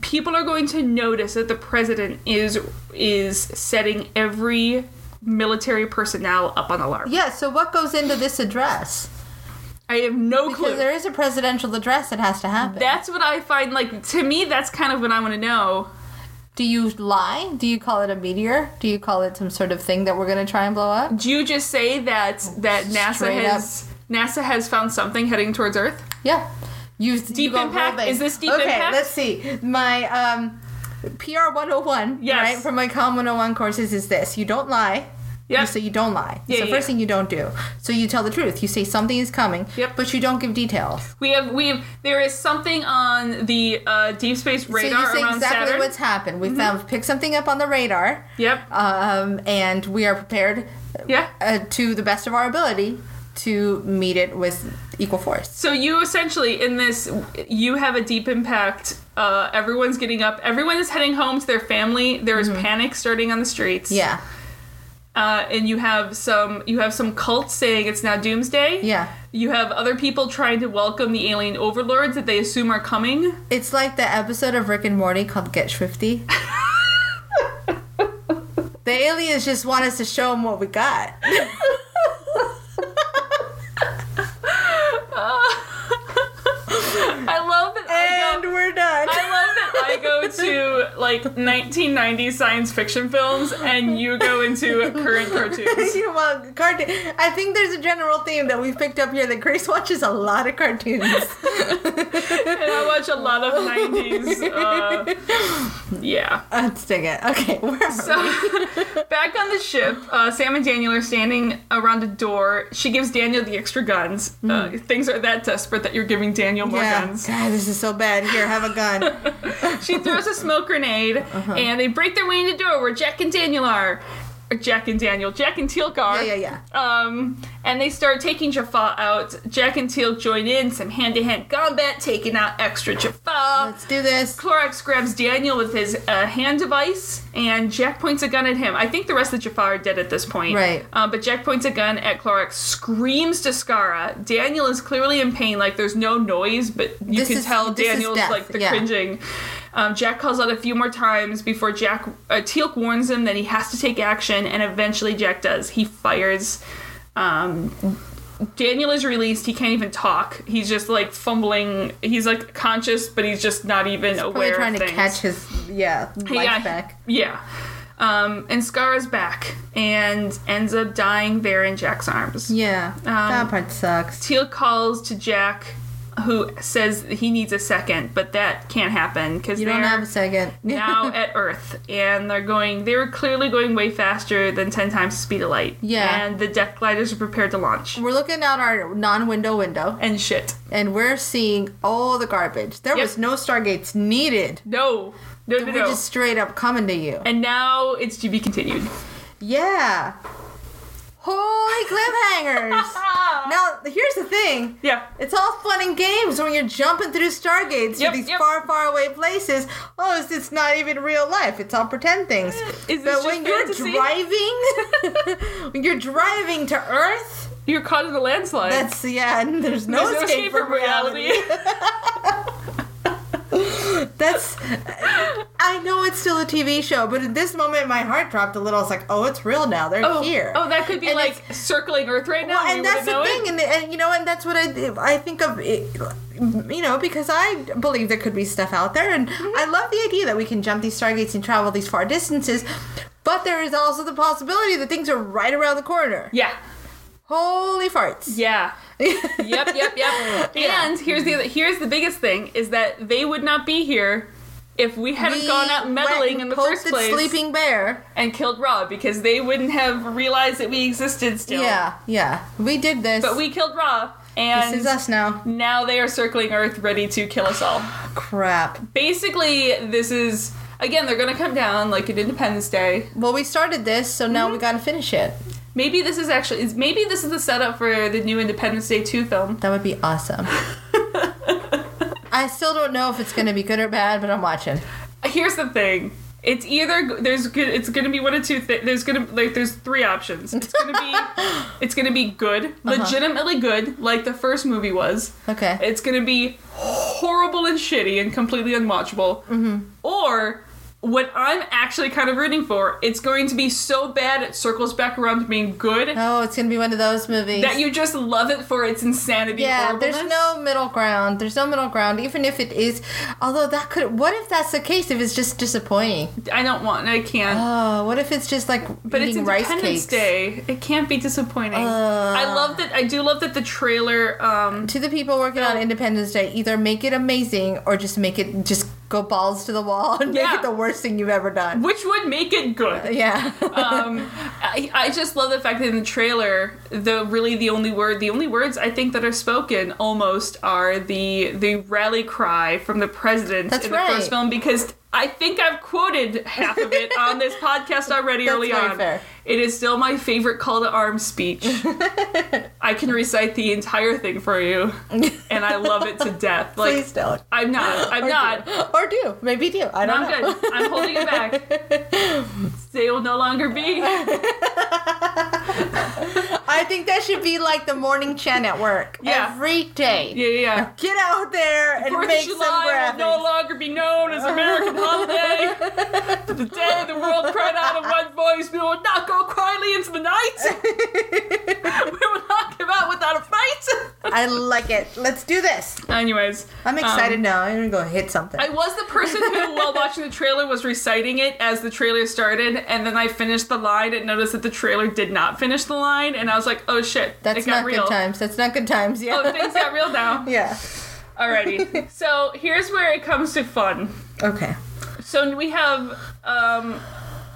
Speaker 2: People are going to notice that the president is is setting every military personnel up on alarm.
Speaker 3: be. Yeah, so what goes into this address?
Speaker 2: I have no
Speaker 3: Because
Speaker 2: clue.
Speaker 3: there is a presidential address that has to happen.
Speaker 2: that's what I find like to me that's kind of what I want to know.
Speaker 3: Do you lie? Do you call it a meteor? Do you call it some sort of thing that we're gonna try and blow up?
Speaker 2: Do you just say that that NASA
Speaker 3: Oh, Straight
Speaker 2: has NASA has found something heading towards Earth?
Speaker 3: Yeah. You deep
Speaker 2: impact? Is this deep
Speaker 3: okay,
Speaker 2: impact?
Speaker 3: let's see. My um PR 101,
Speaker 2: Yes.
Speaker 3: right, from my Com 101 courses is this. You don't lie.
Speaker 2: Yeah.
Speaker 3: So you don't lie.
Speaker 2: Yeah,
Speaker 3: it's the
Speaker 2: yeah,
Speaker 3: first
Speaker 2: yeah.
Speaker 3: thing you don't do. So you tell the truth. You say something is coming,
Speaker 2: Yep.
Speaker 3: but you don't give details.
Speaker 2: We have we have there is something on the uh, deep space radar
Speaker 3: so you say
Speaker 2: around
Speaker 3: exactly
Speaker 2: Saturn. Mm-hmm.
Speaker 3: what's happened. We found pick something up on the radar,
Speaker 2: yep.
Speaker 3: um, and we are prepared
Speaker 2: yeah.
Speaker 3: uh, to the best of our ability to meet it with equal force.
Speaker 2: So you essentially in this you have a deep impact. Uh, everyone's getting up. Everyone is heading home to their family. There is panic starting on the streets.
Speaker 3: Mm-hmm. Yeah,
Speaker 2: Uh, and you have some you have some cults saying it's now doomsday.
Speaker 3: yeah.
Speaker 2: You have other people trying to welcome the alien overlords that they assume are coming.
Speaker 3: It's like the episode of Rick and Morty called Get [LAUGHS] Swifty. the aliens just want us to show them what we got.
Speaker 2: I love that. I
Speaker 3: And
Speaker 2: go-
Speaker 3: we're done.
Speaker 2: I love that I go to like 1990s science fiction films and you go into current cartoons.
Speaker 3: You want cartoon. I think there's a general theme that we've picked up here that Grace watches a lot of cartoons.
Speaker 2: And I watch a lot of 90s. Uh, yeah.
Speaker 3: [LAUGHS]
Speaker 2: [LAUGHS]
Speaker 3: Let's dig it. Okay, where are
Speaker 2: So back on the ship, uh, Sam and Daniel are standing around a door. She gives Daniel the extra guns. Uh, things are that desperate that you're giving Daniel
Speaker 3: we?
Speaker 2: more
Speaker 3: Yeah.
Speaker 2: guns.
Speaker 3: God, this is so bad. Here, have a gun.
Speaker 2: She throws a smoke grenade
Speaker 3: Uh-huh.
Speaker 2: and they break their way into the door where Jack and Daniel are. Or Jack and Daniel, Jack and Teal'c
Speaker 3: Yeah,
Speaker 2: are.
Speaker 3: yeah, yeah.
Speaker 2: Um, and they start taking Jaffa out. Jack and Teal join in some hand-to-hand combat, taking out extra Jaffa.
Speaker 3: [LAUGHS] Let's do this.
Speaker 2: Clorox grabs Daniel with his uh, hand device, and Jack points a gun at him. I think the rest of Jaffa are dead at this point.
Speaker 3: Right.
Speaker 2: Uh, but Jack points a gun at Clorox, screams to Skara. Daniel is clearly in pain. Like there's no noise, but you
Speaker 3: This
Speaker 2: can
Speaker 3: is-
Speaker 2: tell
Speaker 3: this is
Speaker 2: Daniel's
Speaker 3: death,
Speaker 2: like the
Speaker 3: yeah.
Speaker 2: cringing. Um, Jack calls out a few more times before Jack uh, Teal'c warns him that he has to take action, and eventually Jack does. He fires. Um, Daniel is released. He can't even talk. He's just like fumbling. He's like conscious, but he's just not even
Speaker 3: Probably
Speaker 2: aware.
Speaker 3: trying
Speaker 2: of
Speaker 3: to
Speaker 2: things.
Speaker 3: catch his yeah life
Speaker 2: yeah,
Speaker 3: back.
Speaker 2: Yeah. Um, and Scar is back and ends up dying there in Jack's arms.
Speaker 3: Yeah, that part sucks.
Speaker 2: Teal calls to Jack, who says that he needs a second, but that can't happen because
Speaker 3: You
Speaker 2: they're
Speaker 3: don't have a second.
Speaker 2: now at Earth, and they're going. They were clearly going way faster than ten times the speed of light.
Speaker 3: Yeah.
Speaker 2: And the death gliders are prepared to launch.
Speaker 3: [LAUGHS] We're looking out our non-window window,
Speaker 2: And shit.
Speaker 3: and we're seeing all the garbage. There
Speaker 2: Yep.
Speaker 3: was no stargates needed.
Speaker 2: No. No. No.
Speaker 3: We're
Speaker 2: no.
Speaker 3: just straight up coming to you.
Speaker 2: And now it's to be
Speaker 3: [LAUGHS]
Speaker 2: continued.
Speaker 3: Yeah. Holy [LAUGHS] cliffhangers!
Speaker 2: [LAUGHS]
Speaker 3: now, here's the thing.
Speaker 2: Yeah.
Speaker 3: It's all fun and games when you're jumping through stargates
Speaker 2: Yep,
Speaker 3: to these
Speaker 2: yep.
Speaker 3: far, far away places. Oh, it's, it's not even real life. It's all pretend things.
Speaker 2: Is this
Speaker 3: but
Speaker 2: just
Speaker 3: when you're
Speaker 2: fantasy?
Speaker 3: [LAUGHS] driving, when you're driving to Earth,
Speaker 2: You're caught in the landslide.
Speaker 3: That's yeah, [LAUGHS] and there's no,
Speaker 2: There's
Speaker 3: escape, from reality. That's I know it's still a TV show, but at this moment my heart dropped a little. It's like, oh, it's real now. They're
Speaker 2: [LAUGHS] oh,
Speaker 3: here.
Speaker 2: oh, that could be
Speaker 3: And
Speaker 2: like circling Earth right now.
Speaker 3: Well,
Speaker 2: we
Speaker 3: and that's
Speaker 2: wouldn't know
Speaker 3: the
Speaker 2: it.
Speaker 3: thing, and, and you know, and that's what I I think of, it, you know, because I believe there could be stuff out there, and
Speaker 2: Mm-hmm.
Speaker 3: I love the idea that we can jump these stargates and travel these far distances, but there is also the possibility that things are right around the corner.
Speaker 2: Yeah.
Speaker 3: Holy farts! [LAUGHS]
Speaker 2: Yeah. yep, yep, yep.
Speaker 3: Yeah.
Speaker 2: And here's the other, here's the biggest thing is that they would not be here if we hadn't
Speaker 3: We
Speaker 2: gone out
Speaker 3: went
Speaker 2: meddling
Speaker 3: and
Speaker 2: in the
Speaker 3: poked
Speaker 2: first
Speaker 3: at
Speaker 2: place
Speaker 3: Sleeping Bear.
Speaker 2: and killed Rob because they wouldn't have realized that we existed still.
Speaker 3: Yeah, yeah, we did this.
Speaker 2: But we killed Rob
Speaker 3: this
Speaker 2: and
Speaker 3: is us now.
Speaker 2: now they are circling Earth ready to kill us all.
Speaker 3: Crap.
Speaker 2: Basically, this is again they're going to come down like an Independence Day.
Speaker 3: Well, we started this, so now
Speaker 2: Mm-hmm.
Speaker 3: we gotta finish it.
Speaker 2: Maybe this is actually is- maybe this is the setup for the new Independence Day 2 film.
Speaker 3: That would be
Speaker 2: [LAUGHS]
Speaker 3: awesome. I still don't know if it's gonna be good or bad, but I'm watching.
Speaker 2: here's the thing it's either there's good it's gonna be one of two things there's gonna like there's three options it's gonna be it's gonna be good legitimately good like the first movie was
Speaker 3: Okay.
Speaker 2: it's gonna be horrible and shitty and completely unwatchable
Speaker 3: Mm-hmm.
Speaker 2: or what i'm actually kind of rooting for it's going to be so bad it circles back around to being good
Speaker 3: Oh, it's gonna be one of those movies.
Speaker 2: that you just love it for its insanity
Speaker 3: yeah,
Speaker 2: horribleness.
Speaker 3: there's no middle ground. There's no middle ground, even if it is. Although that could, what if that's the case? If it's just disappointing?
Speaker 2: i don't want i can't
Speaker 3: Oh, what if it's just like
Speaker 2: But it's
Speaker 3: eating rice
Speaker 2: Independence
Speaker 3: cakes?
Speaker 2: Day. It can't be disappointing.
Speaker 3: Ugh.
Speaker 2: I love that. I do love that the trailer. Um,
Speaker 3: To the people working on Independence Day, either make it amazing or just make it just go balls to the wall [LAUGHS] and
Speaker 2: Yeah.
Speaker 3: make it the worst thing you've ever done.
Speaker 2: which would make it good. [LAUGHS]
Speaker 3: Yeah. [LAUGHS]
Speaker 2: Um, I, I just love the fact that in the trailer, the really the only word, the only words I think that are spoken almost are the the rally cry from the president
Speaker 3: That's
Speaker 2: in the first
Speaker 3: right.
Speaker 2: film because I think I've quoted half of it on
Speaker 3: [LAUGHS]
Speaker 2: this podcast already
Speaker 3: That's
Speaker 2: early
Speaker 3: very
Speaker 2: on.
Speaker 3: fair.
Speaker 2: It is still my favorite call to arms
Speaker 3: [LAUGHS]
Speaker 2: speech. I can recite the entire thing for you, and I love it
Speaker 3: [LAUGHS]
Speaker 2: to death. Like
Speaker 3: Please don't.
Speaker 2: I'm not. I'm not.
Speaker 3: Or do. Maybe do. I don't
Speaker 2: I'm
Speaker 3: know.
Speaker 2: good. I'm holding it back.
Speaker 3: [LAUGHS]
Speaker 2: They will no longer be.
Speaker 3: I think that should be like the morning chant at work.
Speaker 2: Yeah.
Speaker 3: Every day.
Speaker 2: Yeah, yeah, yeah.
Speaker 3: Get out there and
Speaker 2: Fourth
Speaker 3: make
Speaker 2: of
Speaker 3: some
Speaker 2: July
Speaker 3: graphics.
Speaker 2: will no longer be known as American holiday.
Speaker 3: [LAUGHS]
Speaker 2: The day the world cried out in one voice, we will not go quietly into the
Speaker 3: [LAUGHS]
Speaker 2: night. we will not give out without a fight. [LAUGHS]
Speaker 3: I like it. Let's do this.
Speaker 2: Anyways,
Speaker 3: I'm
Speaker 2: um,
Speaker 3: excited now. I'm gonna go hit something.
Speaker 2: I was the person who, while watching the trailer, was reciting it as the trailer started, and then I finished the line and noticed that the trailer did not finish the line, and I was like, "Oh shit,
Speaker 3: That's
Speaker 2: it got
Speaker 3: not
Speaker 2: real."
Speaker 3: good times. That's not good times. Yeah.
Speaker 2: Oh, things got real now.
Speaker 3: [LAUGHS] yeah.
Speaker 2: Alrighty. So here's where it comes to fun.
Speaker 3: Okay.
Speaker 2: So we have, um,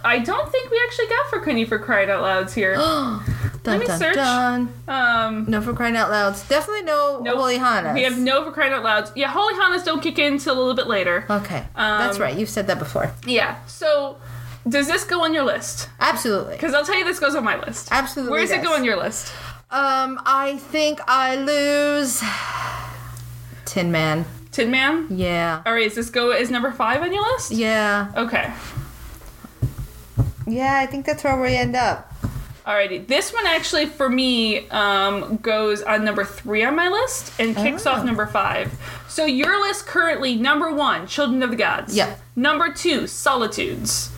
Speaker 2: I don't think we actually got for Kenny for crying out loud's
Speaker 3: [GASPS]
Speaker 2: here.
Speaker 3: Dun,
Speaker 2: me search. Um,
Speaker 3: No for crying out loud. Definitely no
Speaker 2: no-
Speaker 3: Holy Hannahs.
Speaker 2: We have no for crying out loud's. Yeah, Holy Hanas don't kick in until a little bit later.
Speaker 3: Okay. That's
Speaker 2: Um,
Speaker 3: right. You've said that before.
Speaker 2: Yeah. So does this go on your list?
Speaker 3: Absolutely.
Speaker 2: Because I'll tell you, this goes on my list.
Speaker 3: Absolutely
Speaker 2: Where does it
Speaker 3: does.
Speaker 2: go on your list?
Speaker 3: Um, I think I lose. [SIGHS] Tin Man.
Speaker 2: Tin Man.
Speaker 3: Yeah.
Speaker 2: All right. Is this go is number five on your list?
Speaker 3: Yeah.
Speaker 2: Okay.
Speaker 3: Yeah. I think that's where we end up.
Speaker 2: Alrighty, this one actually for me um, goes on number three on my list and kicks
Speaker 3: Oh.
Speaker 2: off number five. So your list currently number one, Children of the Gods.
Speaker 3: Yeah.
Speaker 2: Number two, Solitudes.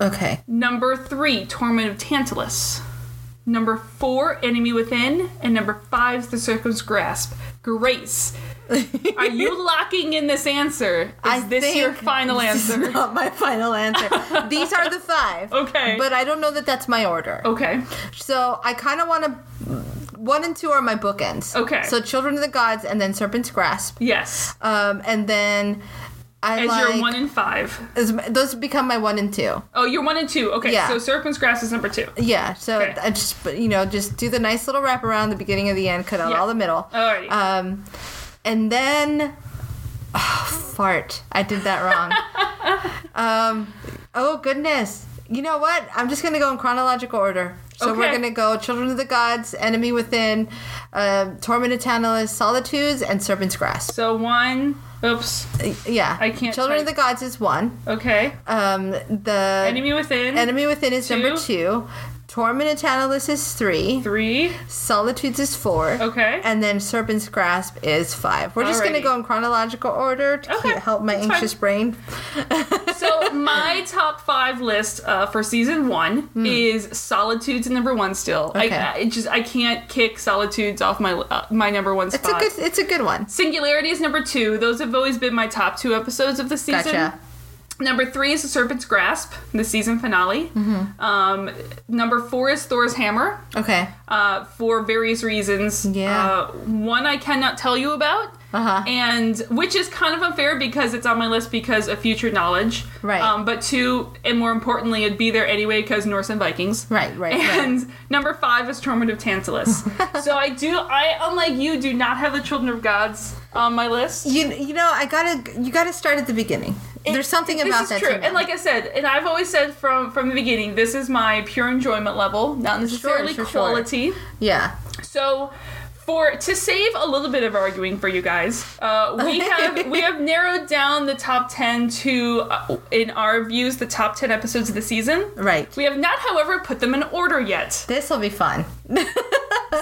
Speaker 3: Okay.
Speaker 2: Number three, Torment of Tantalus. Number four, Enemy Within, and number five, The Serpent's Grasp. Grace, are
Speaker 3: [LAUGHS]
Speaker 2: you locking in this answer? Is this your final
Speaker 3: this is
Speaker 2: answer?
Speaker 3: [LAUGHS] not my final
Speaker 2: [LAUGHS]
Speaker 3: answer. These are the five.
Speaker 2: Okay. Oh.
Speaker 3: But I don't know that that's my order.
Speaker 2: okay.
Speaker 3: So I kind of want to. One and two are my bookends.
Speaker 2: Okay.
Speaker 3: So Children of the Gods and then Serpent's Grasp.
Speaker 2: Yes.
Speaker 3: Um, and then I
Speaker 2: As
Speaker 3: like.
Speaker 2: your one in five.
Speaker 3: is- those become my one and two.
Speaker 2: Oh, you're one and two. Okay,
Speaker 3: Yeah.
Speaker 2: so Serpent's Grass is number two.
Speaker 3: Yeah. So
Speaker 2: Okay.
Speaker 3: I just, but, you know, just do the nice little wrap around the beginning of the end, cut out
Speaker 2: Yeah.
Speaker 3: all the middle.
Speaker 2: Alrighty.
Speaker 3: Um, and then. Oh, fart. I did that wrong.
Speaker 2: [LAUGHS]
Speaker 3: um, oh, goodness. You know what? I'm just going to go in chronological order. So we're
Speaker 2: Okay.
Speaker 3: going to go Children of the Gods, Enemy Within, um Tormented Tantalus, Solitudes, and Serpent's Grasp.
Speaker 2: So one, oops,
Speaker 3: Yeah.
Speaker 2: I can't
Speaker 3: Children of the
Speaker 2: type.
Speaker 3: Gods is one.
Speaker 2: okay.
Speaker 3: Um, the
Speaker 2: Enemy Within.
Speaker 3: Enemy Within is number
Speaker 2: Two.
Speaker 3: two. Torment Italicus is three.
Speaker 2: Three.
Speaker 3: Solitudes is four.
Speaker 2: Okay.
Speaker 3: And then Serpent's Grasp is five. We're just going to
Speaker 2: Alrighty.
Speaker 3: go in chronological order to
Speaker 2: Okay,
Speaker 3: keep- help my
Speaker 2: that's fine.
Speaker 3: anxious brain. [LAUGHS]
Speaker 2: So my top five list uh, for season one is Solitudes at number one still.
Speaker 3: Hmm. Okay.
Speaker 2: I, I it just I can't kick Solitudes off my uh, my number one
Speaker 3: It's
Speaker 2: spot.
Speaker 3: a good. It's a good one.
Speaker 2: Singularity is number two. Those have always been my top two episodes of the season.
Speaker 3: Gotcha.
Speaker 2: Number three is The Serpent's Grasp, the season finale.
Speaker 3: Mm-hmm.
Speaker 2: Um, number four is Thor's Hammer
Speaker 3: Okay.
Speaker 2: uh, for various reasons.
Speaker 3: Yeah.
Speaker 2: Uh, one I cannot tell you about.
Speaker 3: Uh-huh.
Speaker 2: And which is kind of unfair because it's on my list because of future knowledge.
Speaker 3: Right.
Speaker 2: Um, but two, and more importantly, it'd be there anyway because Norse and Vikings.
Speaker 3: Right, right, right.
Speaker 2: And number five is Torment of
Speaker 3: [LAUGHS]
Speaker 2: Tantalus. so I do, I, unlike you, do not have the Children of Gods on my list.
Speaker 3: You you know I gotta you gotta start at the beginning. There's something
Speaker 2: This
Speaker 3: about
Speaker 2: is
Speaker 3: that.
Speaker 2: true.
Speaker 3: to me.
Speaker 2: And like I said, and I've always said from from the beginning, this is my pure enjoyment level, not necessarily
Speaker 3: sure, sure.
Speaker 2: quality.
Speaker 3: yeah.
Speaker 2: So, for to save a little bit of arguing for you guys, uh, we have we have narrowed down the top ten to, uh, in our views, the top ten episodes of the season.
Speaker 3: Right.
Speaker 2: We have not, however, put them in order yet.
Speaker 3: This will be fun.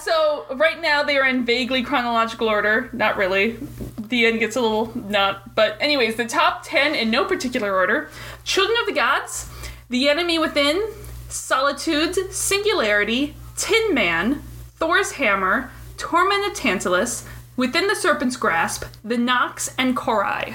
Speaker 2: So right now they are in vaguely chronological order. Not really. The end gets a little not. But anyways, the top ten in no particular order: Children of the Gods, The Enemy Within, Solitudes, Singularity, Tin Man, Thor's Hammer, Torment of Tantalus, Within the Serpent's Grasp, The Nox, and Korai.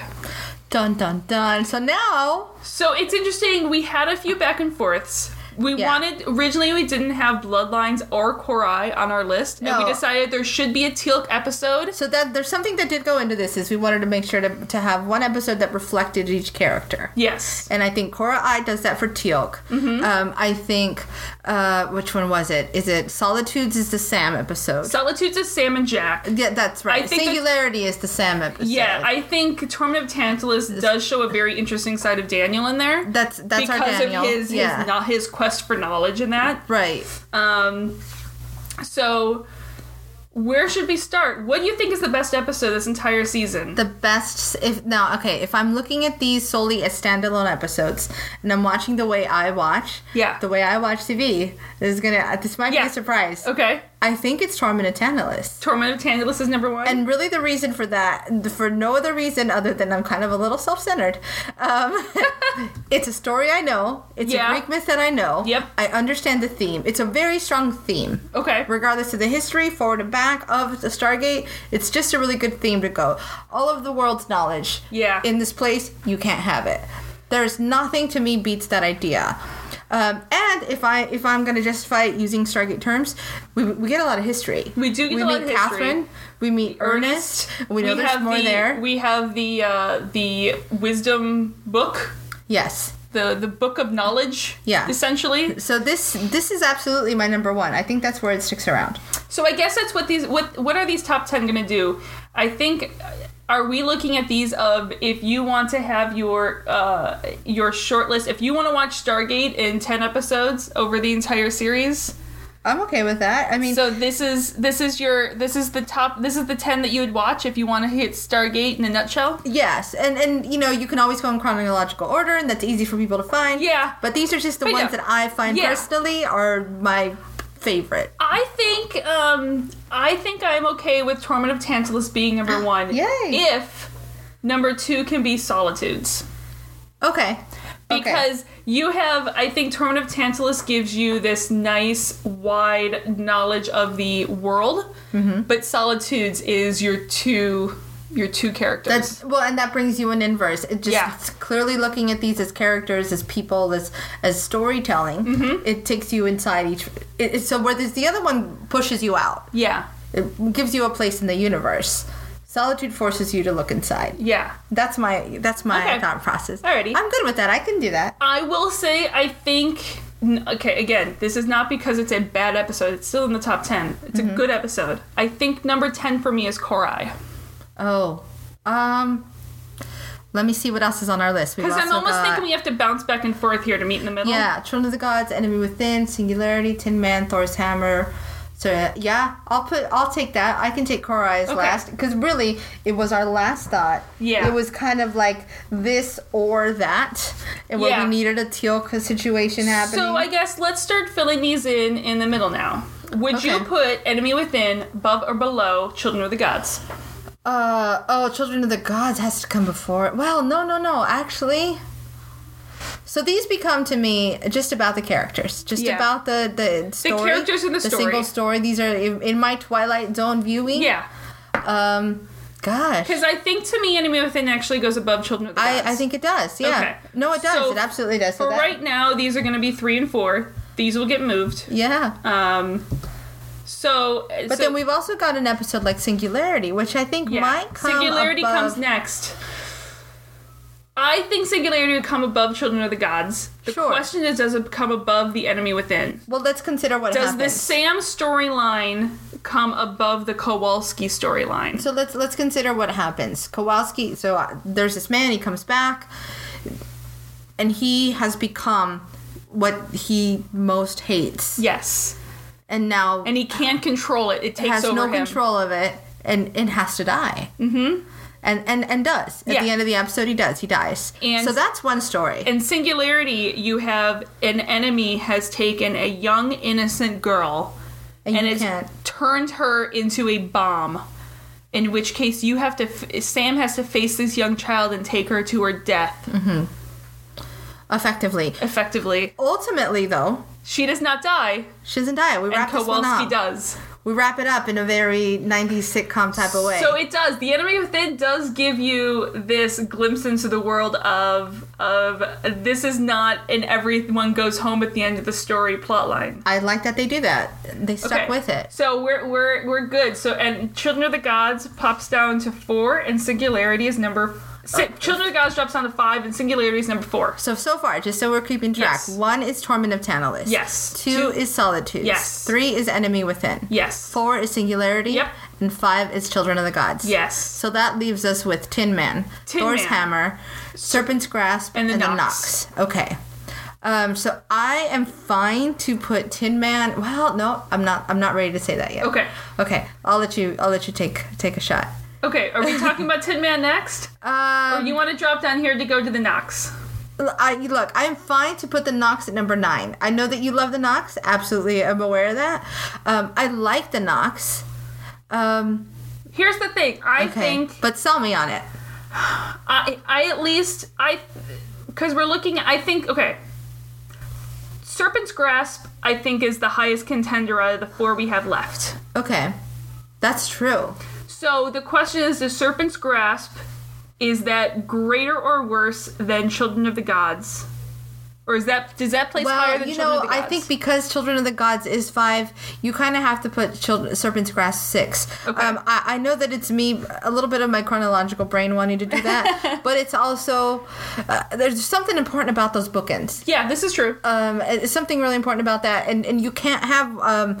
Speaker 3: Dun dun dun. So now
Speaker 2: So it's interesting. We had a few back and forths. We
Speaker 3: Yeah.
Speaker 2: wanted originally we didn't have bloodlines or Korai on our list, and
Speaker 3: No.
Speaker 2: we decided there should be a Teal'c episode.
Speaker 3: so that there's something that did go into this is we wanted to make sure to, to have one episode that reflected each character.
Speaker 2: Yes.
Speaker 3: And I think Cora I does that for Teal'c.
Speaker 2: Mm-hmm.
Speaker 3: Um, I think uh, which one was it? Is it Solitudes is the Sam episode?
Speaker 2: Solitudes is Sam and Jack.
Speaker 3: yeah, that's right.
Speaker 2: I think that-
Speaker 3: Singularity is the Sam episode.
Speaker 2: Yeah, I think Torment of Tantalus does show a very interesting side of Daniel in there.
Speaker 3: That's- that's our
Speaker 2: because
Speaker 3: Daniel.
Speaker 2: of his
Speaker 3: Yeah.
Speaker 2: his, no- his quest for knowledge in that.
Speaker 3: right.
Speaker 2: Um, so where should we start? What do you think is the best episode this entire season?
Speaker 3: the best if now okay if i'm looking at these solely as standalone episodes and i'm watching the way i watch
Speaker 2: Yeah.
Speaker 3: the way i watch tv this is gonna this might be
Speaker 2: Yeah.
Speaker 3: a surprise
Speaker 2: okay,
Speaker 3: i think it's torment Tantalus.
Speaker 2: Torment of Tantalus is number one.
Speaker 3: and really the reason for that for no other reason other than i'm kind of a little self-centered um, [LAUGHS] it's a story i know it's
Speaker 2: Yeah.
Speaker 3: a greek myth that i know
Speaker 2: Yep.
Speaker 3: i understand the theme it's a very strong theme
Speaker 2: okay,
Speaker 3: regardless of the history, forward and back of the Stargate, it's just a really good theme to go. All of the world's knowledge.
Speaker 2: Yeah.
Speaker 3: In this place, you can't have it. There's nothing to me beats that idea. Um, and if I if I'm gonna justify it using Stargate terms, we, we get a lot of history.
Speaker 2: We do get
Speaker 3: we
Speaker 2: a lot
Speaker 3: meet
Speaker 2: of history.
Speaker 3: Catherine. We meet Ernest. We know there's more
Speaker 2: the,
Speaker 3: there.
Speaker 2: We have the uh, the wisdom book,
Speaker 3: yes.
Speaker 2: the the book of knowledge.
Speaker 3: Yeah.
Speaker 2: essentially.
Speaker 3: So this this is absolutely my number one. I think that's where it sticks around.
Speaker 2: So I guess that's what these what what are these top 10 going to do? I think uh, are we looking at these of if you want to have your uh your short list if you want to watch Stargate in 10 episodes over the entire series?
Speaker 3: I'm okay with that. I mean,
Speaker 2: So this is this is your this is the top this is the 10 that you would watch if you want to hit Stargate in a nutshell?
Speaker 3: Yes, and and you know you can always go in chronological order, and that's easy for people to find.
Speaker 2: Yeah.
Speaker 3: but these are just the
Speaker 2: But
Speaker 3: ones
Speaker 2: yeah.
Speaker 3: that I find
Speaker 2: Yeah.
Speaker 3: personally are my favorite.
Speaker 2: I think um I think I'm okay with Torment of Tantalus being number 1
Speaker 3: Ah, Yay.
Speaker 2: if number 2 can be Solitudes.
Speaker 3: Okay, Okay.
Speaker 2: because you have i think torment of tantalus gives you this nice wide knowledge of the world
Speaker 3: Mm-hmm.
Speaker 2: but solitudes is your two your two characters
Speaker 3: That's well, and that brings you an inverse. It just
Speaker 2: Yeah.
Speaker 3: it's clearly looking at these as characters, as people, as as storytelling.
Speaker 2: Mm-hmm.
Speaker 3: It takes you inside each. It, it- so whereas the other one pushes you out,
Speaker 2: yeah
Speaker 3: it gives you a place in the universe. Solitude forces you to look inside.
Speaker 2: yeah
Speaker 3: That's my that's my
Speaker 2: Okay.
Speaker 3: thought process.
Speaker 2: Alrighty.
Speaker 3: I'm good with that. I can do that.
Speaker 2: i will say i think n- okay again this is not because it's a bad episode it's still in the top 10 it's
Speaker 3: Mm-hmm.
Speaker 2: a good episode i think number 10 for me is korai
Speaker 3: Oh, um, let me see what else is on our list.
Speaker 2: because i'm almost thinking we have to bounce back and forth here to meet in the middle
Speaker 3: yeah, Children of the Gods, Enemy Within, Singularity, Tin Man, Thor's Hammer, So uh, yeah, I'll put I'll take that. I can take Korai's
Speaker 2: Okay.
Speaker 3: last because really it was our last thought.
Speaker 2: Yeah.
Speaker 3: it was kind of like this or that, and where
Speaker 2: Yeah.
Speaker 3: we needed a Teal'c situation happening.
Speaker 2: So I guess let's start filling these in in the middle now. Would you
Speaker 3: Okay.
Speaker 2: put Enemy Within above or below Children of the Gods?
Speaker 3: Uh oh, Children of the Gods has to come before. Well, no, no, no, actually. So these become to me just about the characters, just
Speaker 2: Yeah.
Speaker 3: about the the story,
Speaker 2: characters in the story.
Speaker 3: single story. These are in, in my Twilight Zone viewing.
Speaker 2: Yeah,
Speaker 3: Um, gosh,
Speaker 2: because I think to me Enemy Within actually goes above Children of the Gods.
Speaker 3: I I think it does. Yeah.
Speaker 2: Okay.
Speaker 3: No, it does.
Speaker 2: So,
Speaker 3: it absolutely does. So
Speaker 2: for
Speaker 3: that-
Speaker 2: right now these are going to be three and four. These will get moved.
Speaker 3: Yeah.
Speaker 2: Um, so
Speaker 3: But then we've also got an episode like Singularity, which I think might come
Speaker 2: Singularity
Speaker 3: above-
Speaker 2: comes next. I think Singularity would come above Children of the Gods. The
Speaker 3: Sure.
Speaker 2: question is, does it come above the Enemy Within?
Speaker 3: Well, let's consider what
Speaker 2: Does
Speaker 3: happens.
Speaker 2: the Sam storyline come above the Kowalski storyline?
Speaker 3: so let's let's consider what happens. Kowalski. So uh, there's this man. He comes back, and he has become what he most hates,
Speaker 2: yes,
Speaker 3: and now
Speaker 2: and he can't control it. It takes
Speaker 3: has
Speaker 2: over
Speaker 3: no
Speaker 2: him.
Speaker 3: control of it, and and has to die. Mm-hmm. And and and does at
Speaker 2: Yeah.
Speaker 3: the end of the episode he does he dies.
Speaker 2: And-
Speaker 3: so that's one story.
Speaker 2: In Singularity, you have an enemy has taken a young innocent girl
Speaker 3: And you
Speaker 2: it's
Speaker 3: can't-
Speaker 2: turned her into a bomb. In which case, you have to f- Sam has to face this young child and take her to her death.
Speaker 3: [LAUGHS] effectively.
Speaker 2: Effectively,
Speaker 3: Ultimately, though,
Speaker 2: she does not die,
Speaker 3: she doesn't die. We
Speaker 2: and
Speaker 3: wrap this one
Speaker 2: Kowalski
Speaker 3: up.
Speaker 2: does.
Speaker 3: We wrap it up in a very '90s sitcom type of way.
Speaker 2: So it does. The Enemy Within does give you this glimpse into the world of of this is not an everyone goes home at the end of the story plotline.
Speaker 3: I like that they do that. They stuck
Speaker 2: Okay.
Speaker 3: with it.
Speaker 2: So we're we're we're good. So and Children of the Gods pops down to four, and Singularity is number. Si- Children of the Gods drops down to five, and Singularity is number four.
Speaker 3: So so far, just so we're keeping track,
Speaker 2: Yes.
Speaker 3: one is Torment of Tantalus.
Speaker 2: Yes. Two-
Speaker 3: Two, is Solitude.
Speaker 2: Yes.
Speaker 3: Three is Enemy Within.
Speaker 2: Yes.
Speaker 3: Four is Singularity.
Speaker 2: Yep.
Speaker 3: And five is Children of the Gods.
Speaker 2: Yes.
Speaker 3: So that leaves us with Tin Man,
Speaker 2: Tin
Speaker 3: Thor's
Speaker 2: Man.
Speaker 3: Hammer, Serpent's Grasp,
Speaker 2: And the Nox.
Speaker 3: Nox. Okay. Um, so I am fine to put Tin Man. Well, no, I'm not. I'm not ready to say that yet.
Speaker 2: Okay.
Speaker 3: Okay. I'll let you. I'll let you take take a shot.
Speaker 2: Okay. Are we
Speaker 3: [LAUGHS]
Speaker 2: talking about Tin Man next? Or
Speaker 3: Um,
Speaker 2: you want to drop down here to go to the Knox?
Speaker 3: L- I look. I'm fine to put the Knox at number nine. I know that you love the Knox. Absolutely, I'm aware of that. Um, I like the Knox. Um,
Speaker 2: Here's the thing. I
Speaker 3: okay,
Speaker 2: think
Speaker 3: but sell me on it.
Speaker 2: I, I at least I, because we're looking. I think okay. Serpent's Grasp, I think, is the highest contender out of the four we have left.
Speaker 3: Okay, that's true.
Speaker 2: So the question is: Does Serpent's Grasp is that greater or worse than Children of the Gods, or is that does that place higher
Speaker 3: Well,
Speaker 2: than
Speaker 3: you
Speaker 2: Children
Speaker 3: know,
Speaker 2: of the
Speaker 3: I
Speaker 2: Gods?
Speaker 3: think because Children of the Gods is five, you kind of have to put Children, Serpent's Grasp six.
Speaker 2: Okay.
Speaker 3: Um, I, I know that it's me, a little bit of my chronological brain wanting to
Speaker 2: [LAUGHS]
Speaker 3: do that, but it's also uh, there's something important about those bookends.
Speaker 2: yeah, this is true.
Speaker 3: um, it's something really important about that and and you can't have um,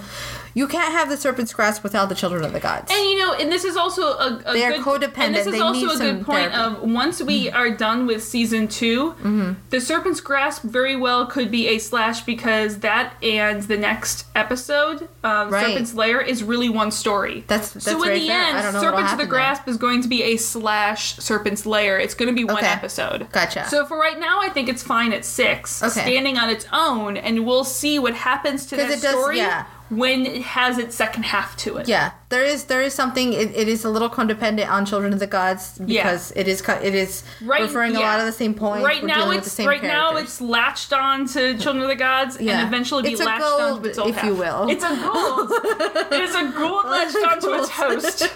Speaker 3: you can't have the serpent's grasp without the children of the gods
Speaker 2: And you know, and this is also a, a
Speaker 3: They are
Speaker 2: good,
Speaker 3: codependent.
Speaker 2: And this is
Speaker 3: They
Speaker 2: also
Speaker 3: need
Speaker 2: a good
Speaker 3: some
Speaker 2: point
Speaker 3: therapy. Mm-hmm.
Speaker 2: of once we are done with season 2 the Serpent's Grasp very well could be a slash because that and the next episode, um,
Speaker 3: Right.
Speaker 2: Serpent's Lair, is really one story.
Speaker 3: That's- that's
Speaker 2: so in
Speaker 3: very
Speaker 2: the
Speaker 3: fair.
Speaker 2: end,
Speaker 3: I don't know what
Speaker 2: Serpent's the
Speaker 3: happened there.
Speaker 2: Grasp is going to be a slash Serpent's Lair. It's going to be one
Speaker 3: Okay.
Speaker 2: episode.
Speaker 3: Gotcha.
Speaker 2: So for right now, I think it's fine at six,
Speaker 3: Okay.
Speaker 2: standing on its own, and we'll see what happens to
Speaker 3: 'Cause
Speaker 2: that
Speaker 3: it does-
Speaker 2: story
Speaker 3: yeah.
Speaker 2: when it has its second half to it.
Speaker 3: yeah there is there is something it, it is a little codependent on children of the gods because it is co- it is referring a
Speaker 2: yeah.
Speaker 3: lot of the same points
Speaker 2: Right
Speaker 3: we're
Speaker 2: now,
Speaker 3: dealing
Speaker 2: it's
Speaker 3: with the same
Speaker 2: right now
Speaker 3: characters.
Speaker 2: it's latched on to Children of the Gods, and
Speaker 3: Yeah.
Speaker 2: eventually be
Speaker 3: It's a
Speaker 2: latched on
Speaker 3: gold,
Speaker 2: to its old
Speaker 3: if
Speaker 2: half.
Speaker 3: you will.
Speaker 2: It's a
Speaker 3: [LAUGHS]
Speaker 2: gold. it is a gold latched onto its host.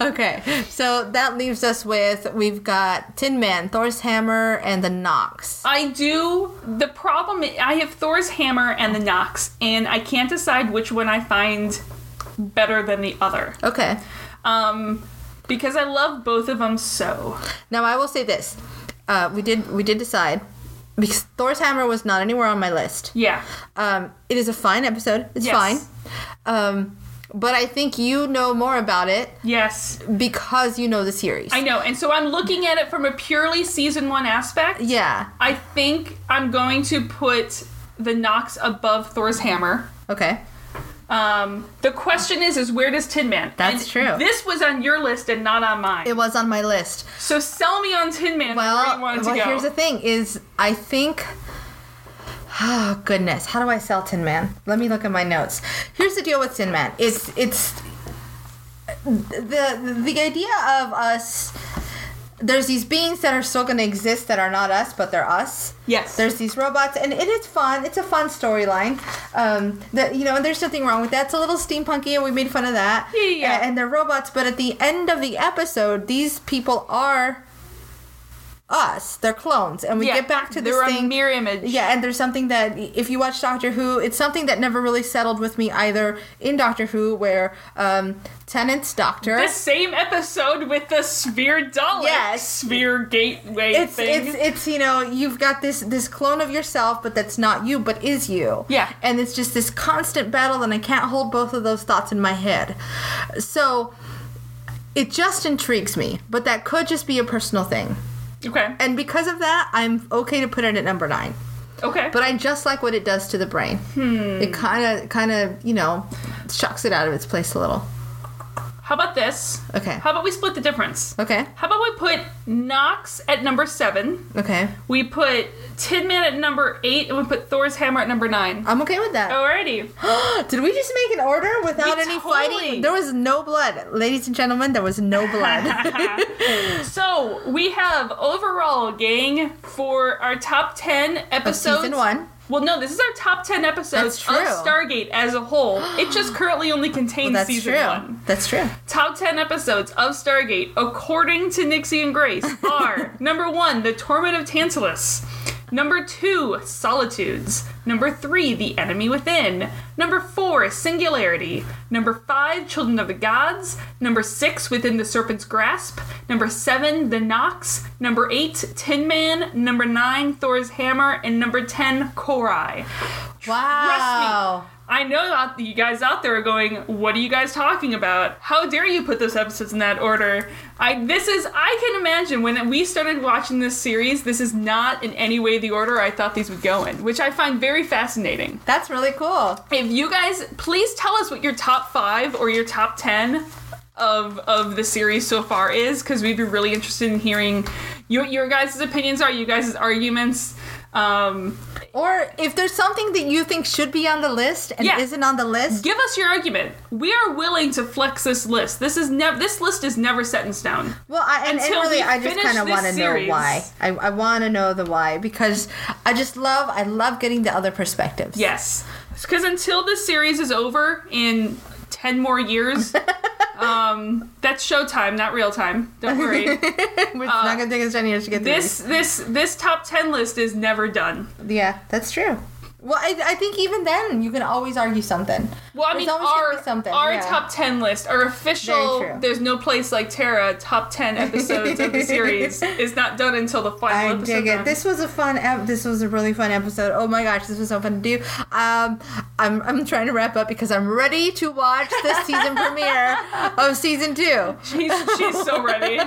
Speaker 3: okay so that leaves us with we've got tin man thor's hammer and the nox
Speaker 2: I do. The problem I have Thor's hammer and the Nox, and I can't decide which one I find better than the other.
Speaker 3: okay
Speaker 2: Um, because I love both of them so.
Speaker 3: Now I will say this: uh, we did we did decide because Thor's hammer was not anywhere on my list.
Speaker 2: Yeah.
Speaker 3: Um, it is a fine episode. It's
Speaker 2: Yes.
Speaker 3: fine, um, but I think you know more about it
Speaker 2: Yes.
Speaker 3: because you know the series.
Speaker 2: I know. And so I'm looking at it from a purely season one aspect.
Speaker 3: yeah.
Speaker 2: I think I'm going to put the Nox above Thor's hammer.
Speaker 3: Okay.
Speaker 2: Um, the question is, is where does Tin Man?
Speaker 3: That's
Speaker 2: And
Speaker 3: true.
Speaker 2: This was on your list and not on mine.
Speaker 3: It was on my list.
Speaker 2: so sell me on Tin Man. where
Speaker 3: Well,
Speaker 2: you wanted
Speaker 3: well,
Speaker 2: to go.
Speaker 3: here's the thing: is I think. [SIGHS] Oh goodness, how do I sell Tin Man? Let me look at my notes. Here's the deal with Tin Man: it's it's the the idea of us. There's these beings that are still going to exist that are not us, but they're us.
Speaker 2: yes.
Speaker 3: There's these robots, and it is fun. It's a fun storyline. Um, that you know, and there's nothing wrong with that. It's a little steampunky, and we made fun of that.
Speaker 2: Yeah, yeah, yeah.
Speaker 3: A- And they're robots, but at the end of the episode, these people are us. They're clones, and we
Speaker 2: Yeah,
Speaker 3: get back to this
Speaker 2: they're
Speaker 3: thing.
Speaker 2: a mirror image.
Speaker 3: Yeah, and there's something that if you watch Doctor Who, it's something that never really settled with me either in Doctor Who, where um, Tennant's doctor.
Speaker 2: The same episode with the sphere dollar.
Speaker 3: Yes.
Speaker 2: Sphere gateway
Speaker 3: it's
Speaker 2: thing.
Speaker 3: it's it's you know you've got this this clone of yourself but that's not you but is you
Speaker 2: Yeah.
Speaker 3: and it's just this constant battle and i can't hold both of those thoughts in my head so it just intrigues me but that could just be a personal thing
Speaker 2: okay.
Speaker 3: and because of that i'm okay to put it at number nine
Speaker 2: Okay.
Speaker 3: but i just like what it does to the brain it
Speaker 2: Hmm.
Speaker 3: kind of kind of you know shocks it out of its place a little
Speaker 2: How about this?
Speaker 3: Okay.
Speaker 2: How about we split the difference?
Speaker 3: okay
Speaker 2: How about we put Knox at number seven?
Speaker 3: okay
Speaker 2: We put Tin Man at number eight, and we put Thor's hammer at number nine.
Speaker 3: i'm okay with that
Speaker 2: Alrighty.
Speaker 3: [GASPS] Did we just make an order without
Speaker 2: Oh. We
Speaker 3: any
Speaker 2: totally-
Speaker 3: fighting? There was no blood. Ladies and gentlemen, there was
Speaker 2: [LAUGHS]
Speaker 3: no blood.
Speaker 2: So we have overall, gang, for our top ten episodes.
Speaker 3: season one.
Speaker 2: Well, no, this is our top ten episodes
Speaker 3: That's
Speaker 2: of
Speaker 3: true.
Speaker 2: Stargate as a whole. It just currently only contains
Speaker 3: That's
Speaker 2: season
Speaker 3: true.
Speaker 2: one.
Speaker 3: That's true.
Speaker 2: Top 10 episodes of Stargate, according to Nixie and Grace, are number one, The Torment of Tantalus. Number two, Solitudes. Number three, The Enemy Within. Number four, Singularity. Number five, Children of the Gods. Number six, Within the Serpent's Grasp. Number seven, The Nox. Number eight, Tin Man. Number nine, Thor's Hammer. And number ten, Korai.
Speaker 3: Wow.
Speaker 2: I know out- you guys out there are going, "What are you guys talking about? How dare you put those episodes in that order?" I this is I can imagine when we started watching this series, this is not in any way the order I thought these would go in, which I find very fascinating.
Speaker 3: That's really cool.
Speaker 2: If you guys please tell us what your top 5 or your top 10 of of the series so far is cuz we'd be really interested in hearing your your guys' opinions are, you guys' arguments. Um,
Speaker 3: Or if there's something that you think should be on the list and
Speaker 2: Yeah.
Speaker 3: isn't on the list,
Speaker 2: Give us your argument. We are willing to flex this list. This is never. This list is never set in stone.
Speaker 3: well, I, and, and
Speaker 2: Until
Speaker 3: really,
Speaker 2: we
Speaker 3: I just
Speaker 2: finish
Speaker 3: kind of
Speaker 2: this
Speaker 3: want to know
Speaker 2: series.
Speaker 3: why. I, I want to know the why because I just love, I love getting the other perspectives.
Speaker 2: Yes, because until this series is over in ten more
Speaker 3: [LAUGHS]
Speaker 2: years, um, that's showtime, not real time. Don't
Speaker 3: [LAUGHS]
Speaker 2: worry.
Speaker 3: it's not gonna take us ten years to get through
Speaker 2: uh, this this this top ten list is never done.
Speaker 3: these. Yeah, that's true. Well, I, I think even then you can always argue something.
Speaker 2: Well, I
Speaker 3: There's
Speaker 2: mean,
Speaker 3: always gonna
Speaker 2: our
Speaker 3: be something,
Speaker 2: our
Speaker 3: yeah.
Speaker 2: top ten list, our
Speaker 3: Very true.
Speaker 2: official. There's no place like Terra. Top ten episodes of the
Speaker 3: [LAUGHS]
Speaker 2: series is not done until the final.
Speaker 3: I
Speaker 2: episode
Speaker 3: dig it.
Speaker 2: done.
Speaker 3: This was a fun. Ep- this was a really fun episode. Oh my gosh, this was so fun to do. Um, I'm I'm trying to wrap up because I'm ready to watch the
Speaker 2: [LAUGHS]
Speaker 3: season premiere of season two.
Speaker 2: She's, she's so
Speaker 3: [LAUGHS]
Speaker 2: ready.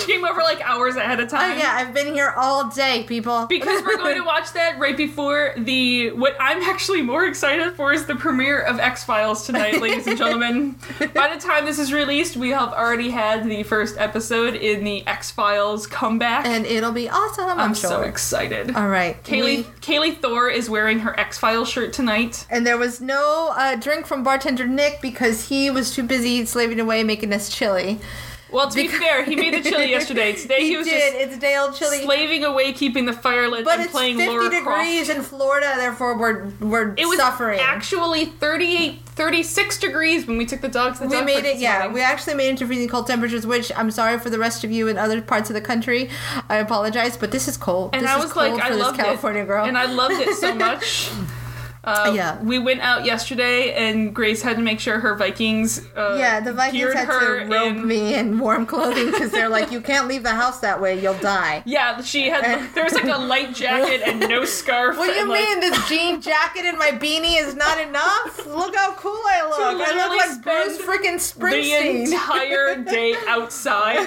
Speaker 2: She came over like hours ahead of
Speaker 3: Oh
Speaker 2: time.
Speaker 3: yeah, I've been here all day, people.
Speaker 2: Because we're
Speaker 3: [LAUGHS]
Speaker 2: going to watch that right before the. What I'm actually more excited for is the premiere of X Files tonight, ladies and
Speaker 3: [LAUGHS]
Speaker 2: gentlemen. By the time this is released, we have already had the first episode in the X Files comeback.
Speaker 3: and it'll be awesome. I'm,
Speaker 2: I'm
Speaker 3: sure.
Speaker 2: so excited.
Speaker 3: all right,
Speaker 2: Kaylee,
Speaker 3: we-
Speaker 2: Kaylee Thor is wearing her X Files shirt tonight.
Speaker 3: and there was no uh, drink from bartender Nick because he was too busy slaving away making us chili.
Speaker 2: Well, to be fair, he made the
Speaker 3: [LAUGHS]
Speaker 2: chili yesterday. Today he, was
Speaker 3: did. it's day old
Speaker 2: just
Speaker 3: chili.
Speaker 2: slaving away, keeping the fire lit,
Speaker 3: but
Speaker 2: and
Speaker 3: it's
Speaker 2: playing
Speaker 3: 50
Speaker 2: Laura
Speaker 3: degrees
Speaker 2: Croft.
Speaker 3: in Florida, therefore we're we're
Speaker 2: It was
Speaker 3: suffering.
Speaker 2: actually 38, 36 degrees when we took the dogs to the
Speaker 3: we
Speaker 2: dog
Speaker 3: made
Speaker 2: park
Speaker 3: it
Speaker 2: this
Speaker 3: yeah
Speaker 2: morning.
Speaker 3: we actually made it to freezing cold temperatures which i'm sorry for the rest of you in other parts of the country i apologize but this is cold
Speaker 2: and
Speaker 3: this
Speaker 2: I
Speaker 3: is
Speaker 2: was
Speaker 3: cold
Speaker 2: like,
Speaker 3: for
Speaker 2: I
Speaker 3: this
Speaker 2: loved
Speaker 3: california
Speaker 2: it,
Speaker 3: girl
Speaker 2: and I loved it
Speaker 3: [LAUGHS]
Speaker 2: so much. Uh,
Speaker 3: Yeah.
Speaker 2: we went out yesterday, and Grace had to make sure her Vikings. Uh,
Speaker 3: yeah the vikings
Speaker 2: geared
Speaker 3: had
Speaker 2: her
Speaker 3: to rope
Speaker 2: in-
Speaker 3: me in warm clothing because they're like you can't leave the house that way you'll die
Speaker 2: [LAUGHS] Yeah, she had. There was like a
Speaker 3: [LAUGHS]
Speaker 2: light jacket and no scarf.
Speaker 3: what do you
Speaker 2: and, like,
Speaker 3: mean this jean jacket and my beanie is not enough look how cool i look i
Speaker 2: literally
Speaker 3: look like bruce
Speaker 2: spend
Speaker 3: freaking
Speaker 2: the
Speaker 3: springsteen
Speaker 2: entire day outside.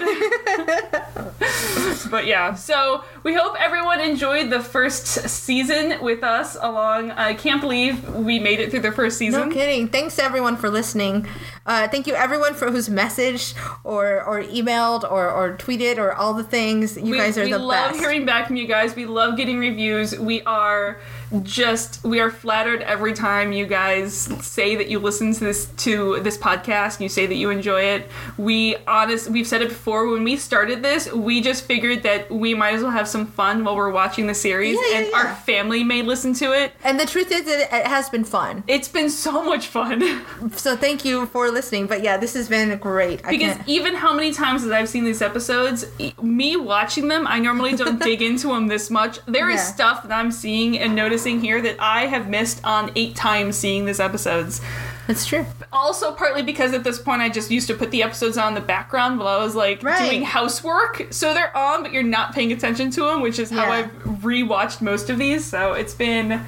Speaker 2: but yeah, so We hope everyone enjoyed the first season with us along. I can't believe we made it through the first
Speaker 3: [LAUGHS] No
Speaker 2: season.
Speaker 3: kidding. Thanks to everyone for listening. Uh, thank you everyone for who's messaged or or emailed or, or tweeted or all the things. You
Speaker 2: We,
Speaker 3: guys are
Speaker 2: we
Speaker 3: the
Speaker 2: love
Speaker 3: best.
Speaker 2: hearing back from you guys. We love getting reviews. We are just we are flattered every time you guys say that you listen to this to this podcast and you say that you enjoy it. We honest we've said it before when we started this, we just figured that we might as well have some fun while we're watching the series
Speaker 3: Yeah, yeah,
Speaker 2: and
Speaker 3: yeah.
Speaker 2: our family may listen to it.
Speaker 3: and the truth is, it, it has been fun.
Speaker 2: It's been so much fun. [LAUGHS]
Speaker 3: So thank you for listening. But yeah, this has been great. I
Speaker 2: Because
Speaker 3: can't-
Speaker 2: even how many times that I've seen these episodes, e- me watching them, I normally
Speaker 3: [LAUGHS]
Speaker 2: don't dig into them this much. There is
Speaker 3: Yeah.
Speaker 2: stuff that I'm seeing and noticing here that I have missed on eight times seeing these episodes.
Speaker 3: it's true.
Speaker 2: Also, partly because at this point I just used to put the episodes on in the background while I was like
Speaker 3: Right.
Speaker 2: doing housework, so they're on, but you're not paying attention to them, which is how
Speaker 3: Yeah.
Speaker 2: I've rewatched most of these. So it's been,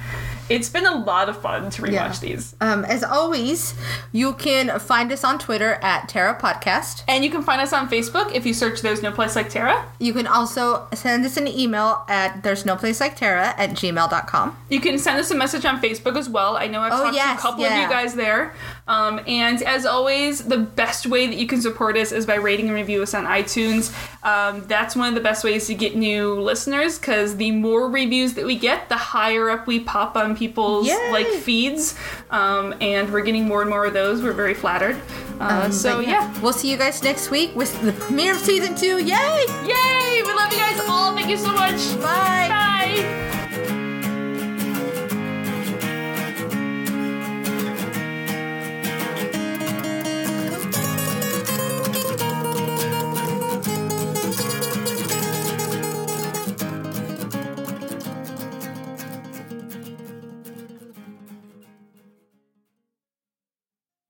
Speaker 2: it's been a lot of fun to rewatch
Speaker 3: Yeah.
Speaker 2: these.
Speaker 3: Um, as always, you can find us on Twitter at Terra Podcast.
Speaker 2: And you can find us on Facebook if you search "There's No Place Like Tara."
Speaker 3: You can also send us an email at there's no place like Terra at gmail.com.
Speaker 2: You can send us a message on Facebook as well. I know I've
Speaker 3: Oh,
Speaker 2: talked to a
Speaker 3: yes,
Speaker 2: couple of you
Speaker 3: yeah.
Speaker 2: guys there. Um, and as always, the best way that you can support us is by rating and review us on iTunes. Um, that's one of the best ways to get new listeners because the more reviews that we get, the higher up we pop on people's
Speaker 3: Yay.
Speaker 2: like feeds. Um, and we're getting more and more of those. We're very flattered. Uh, so
Speaker 3: Um, But
Speaker 2: yeah.
Speaker 3: We'll see you guys next week with the premiere of season two. Yay!
Speaker 2: Yay! We love you guys all. Thank you so much.
Speaker 3: Bye.
Speaker 2: Bye.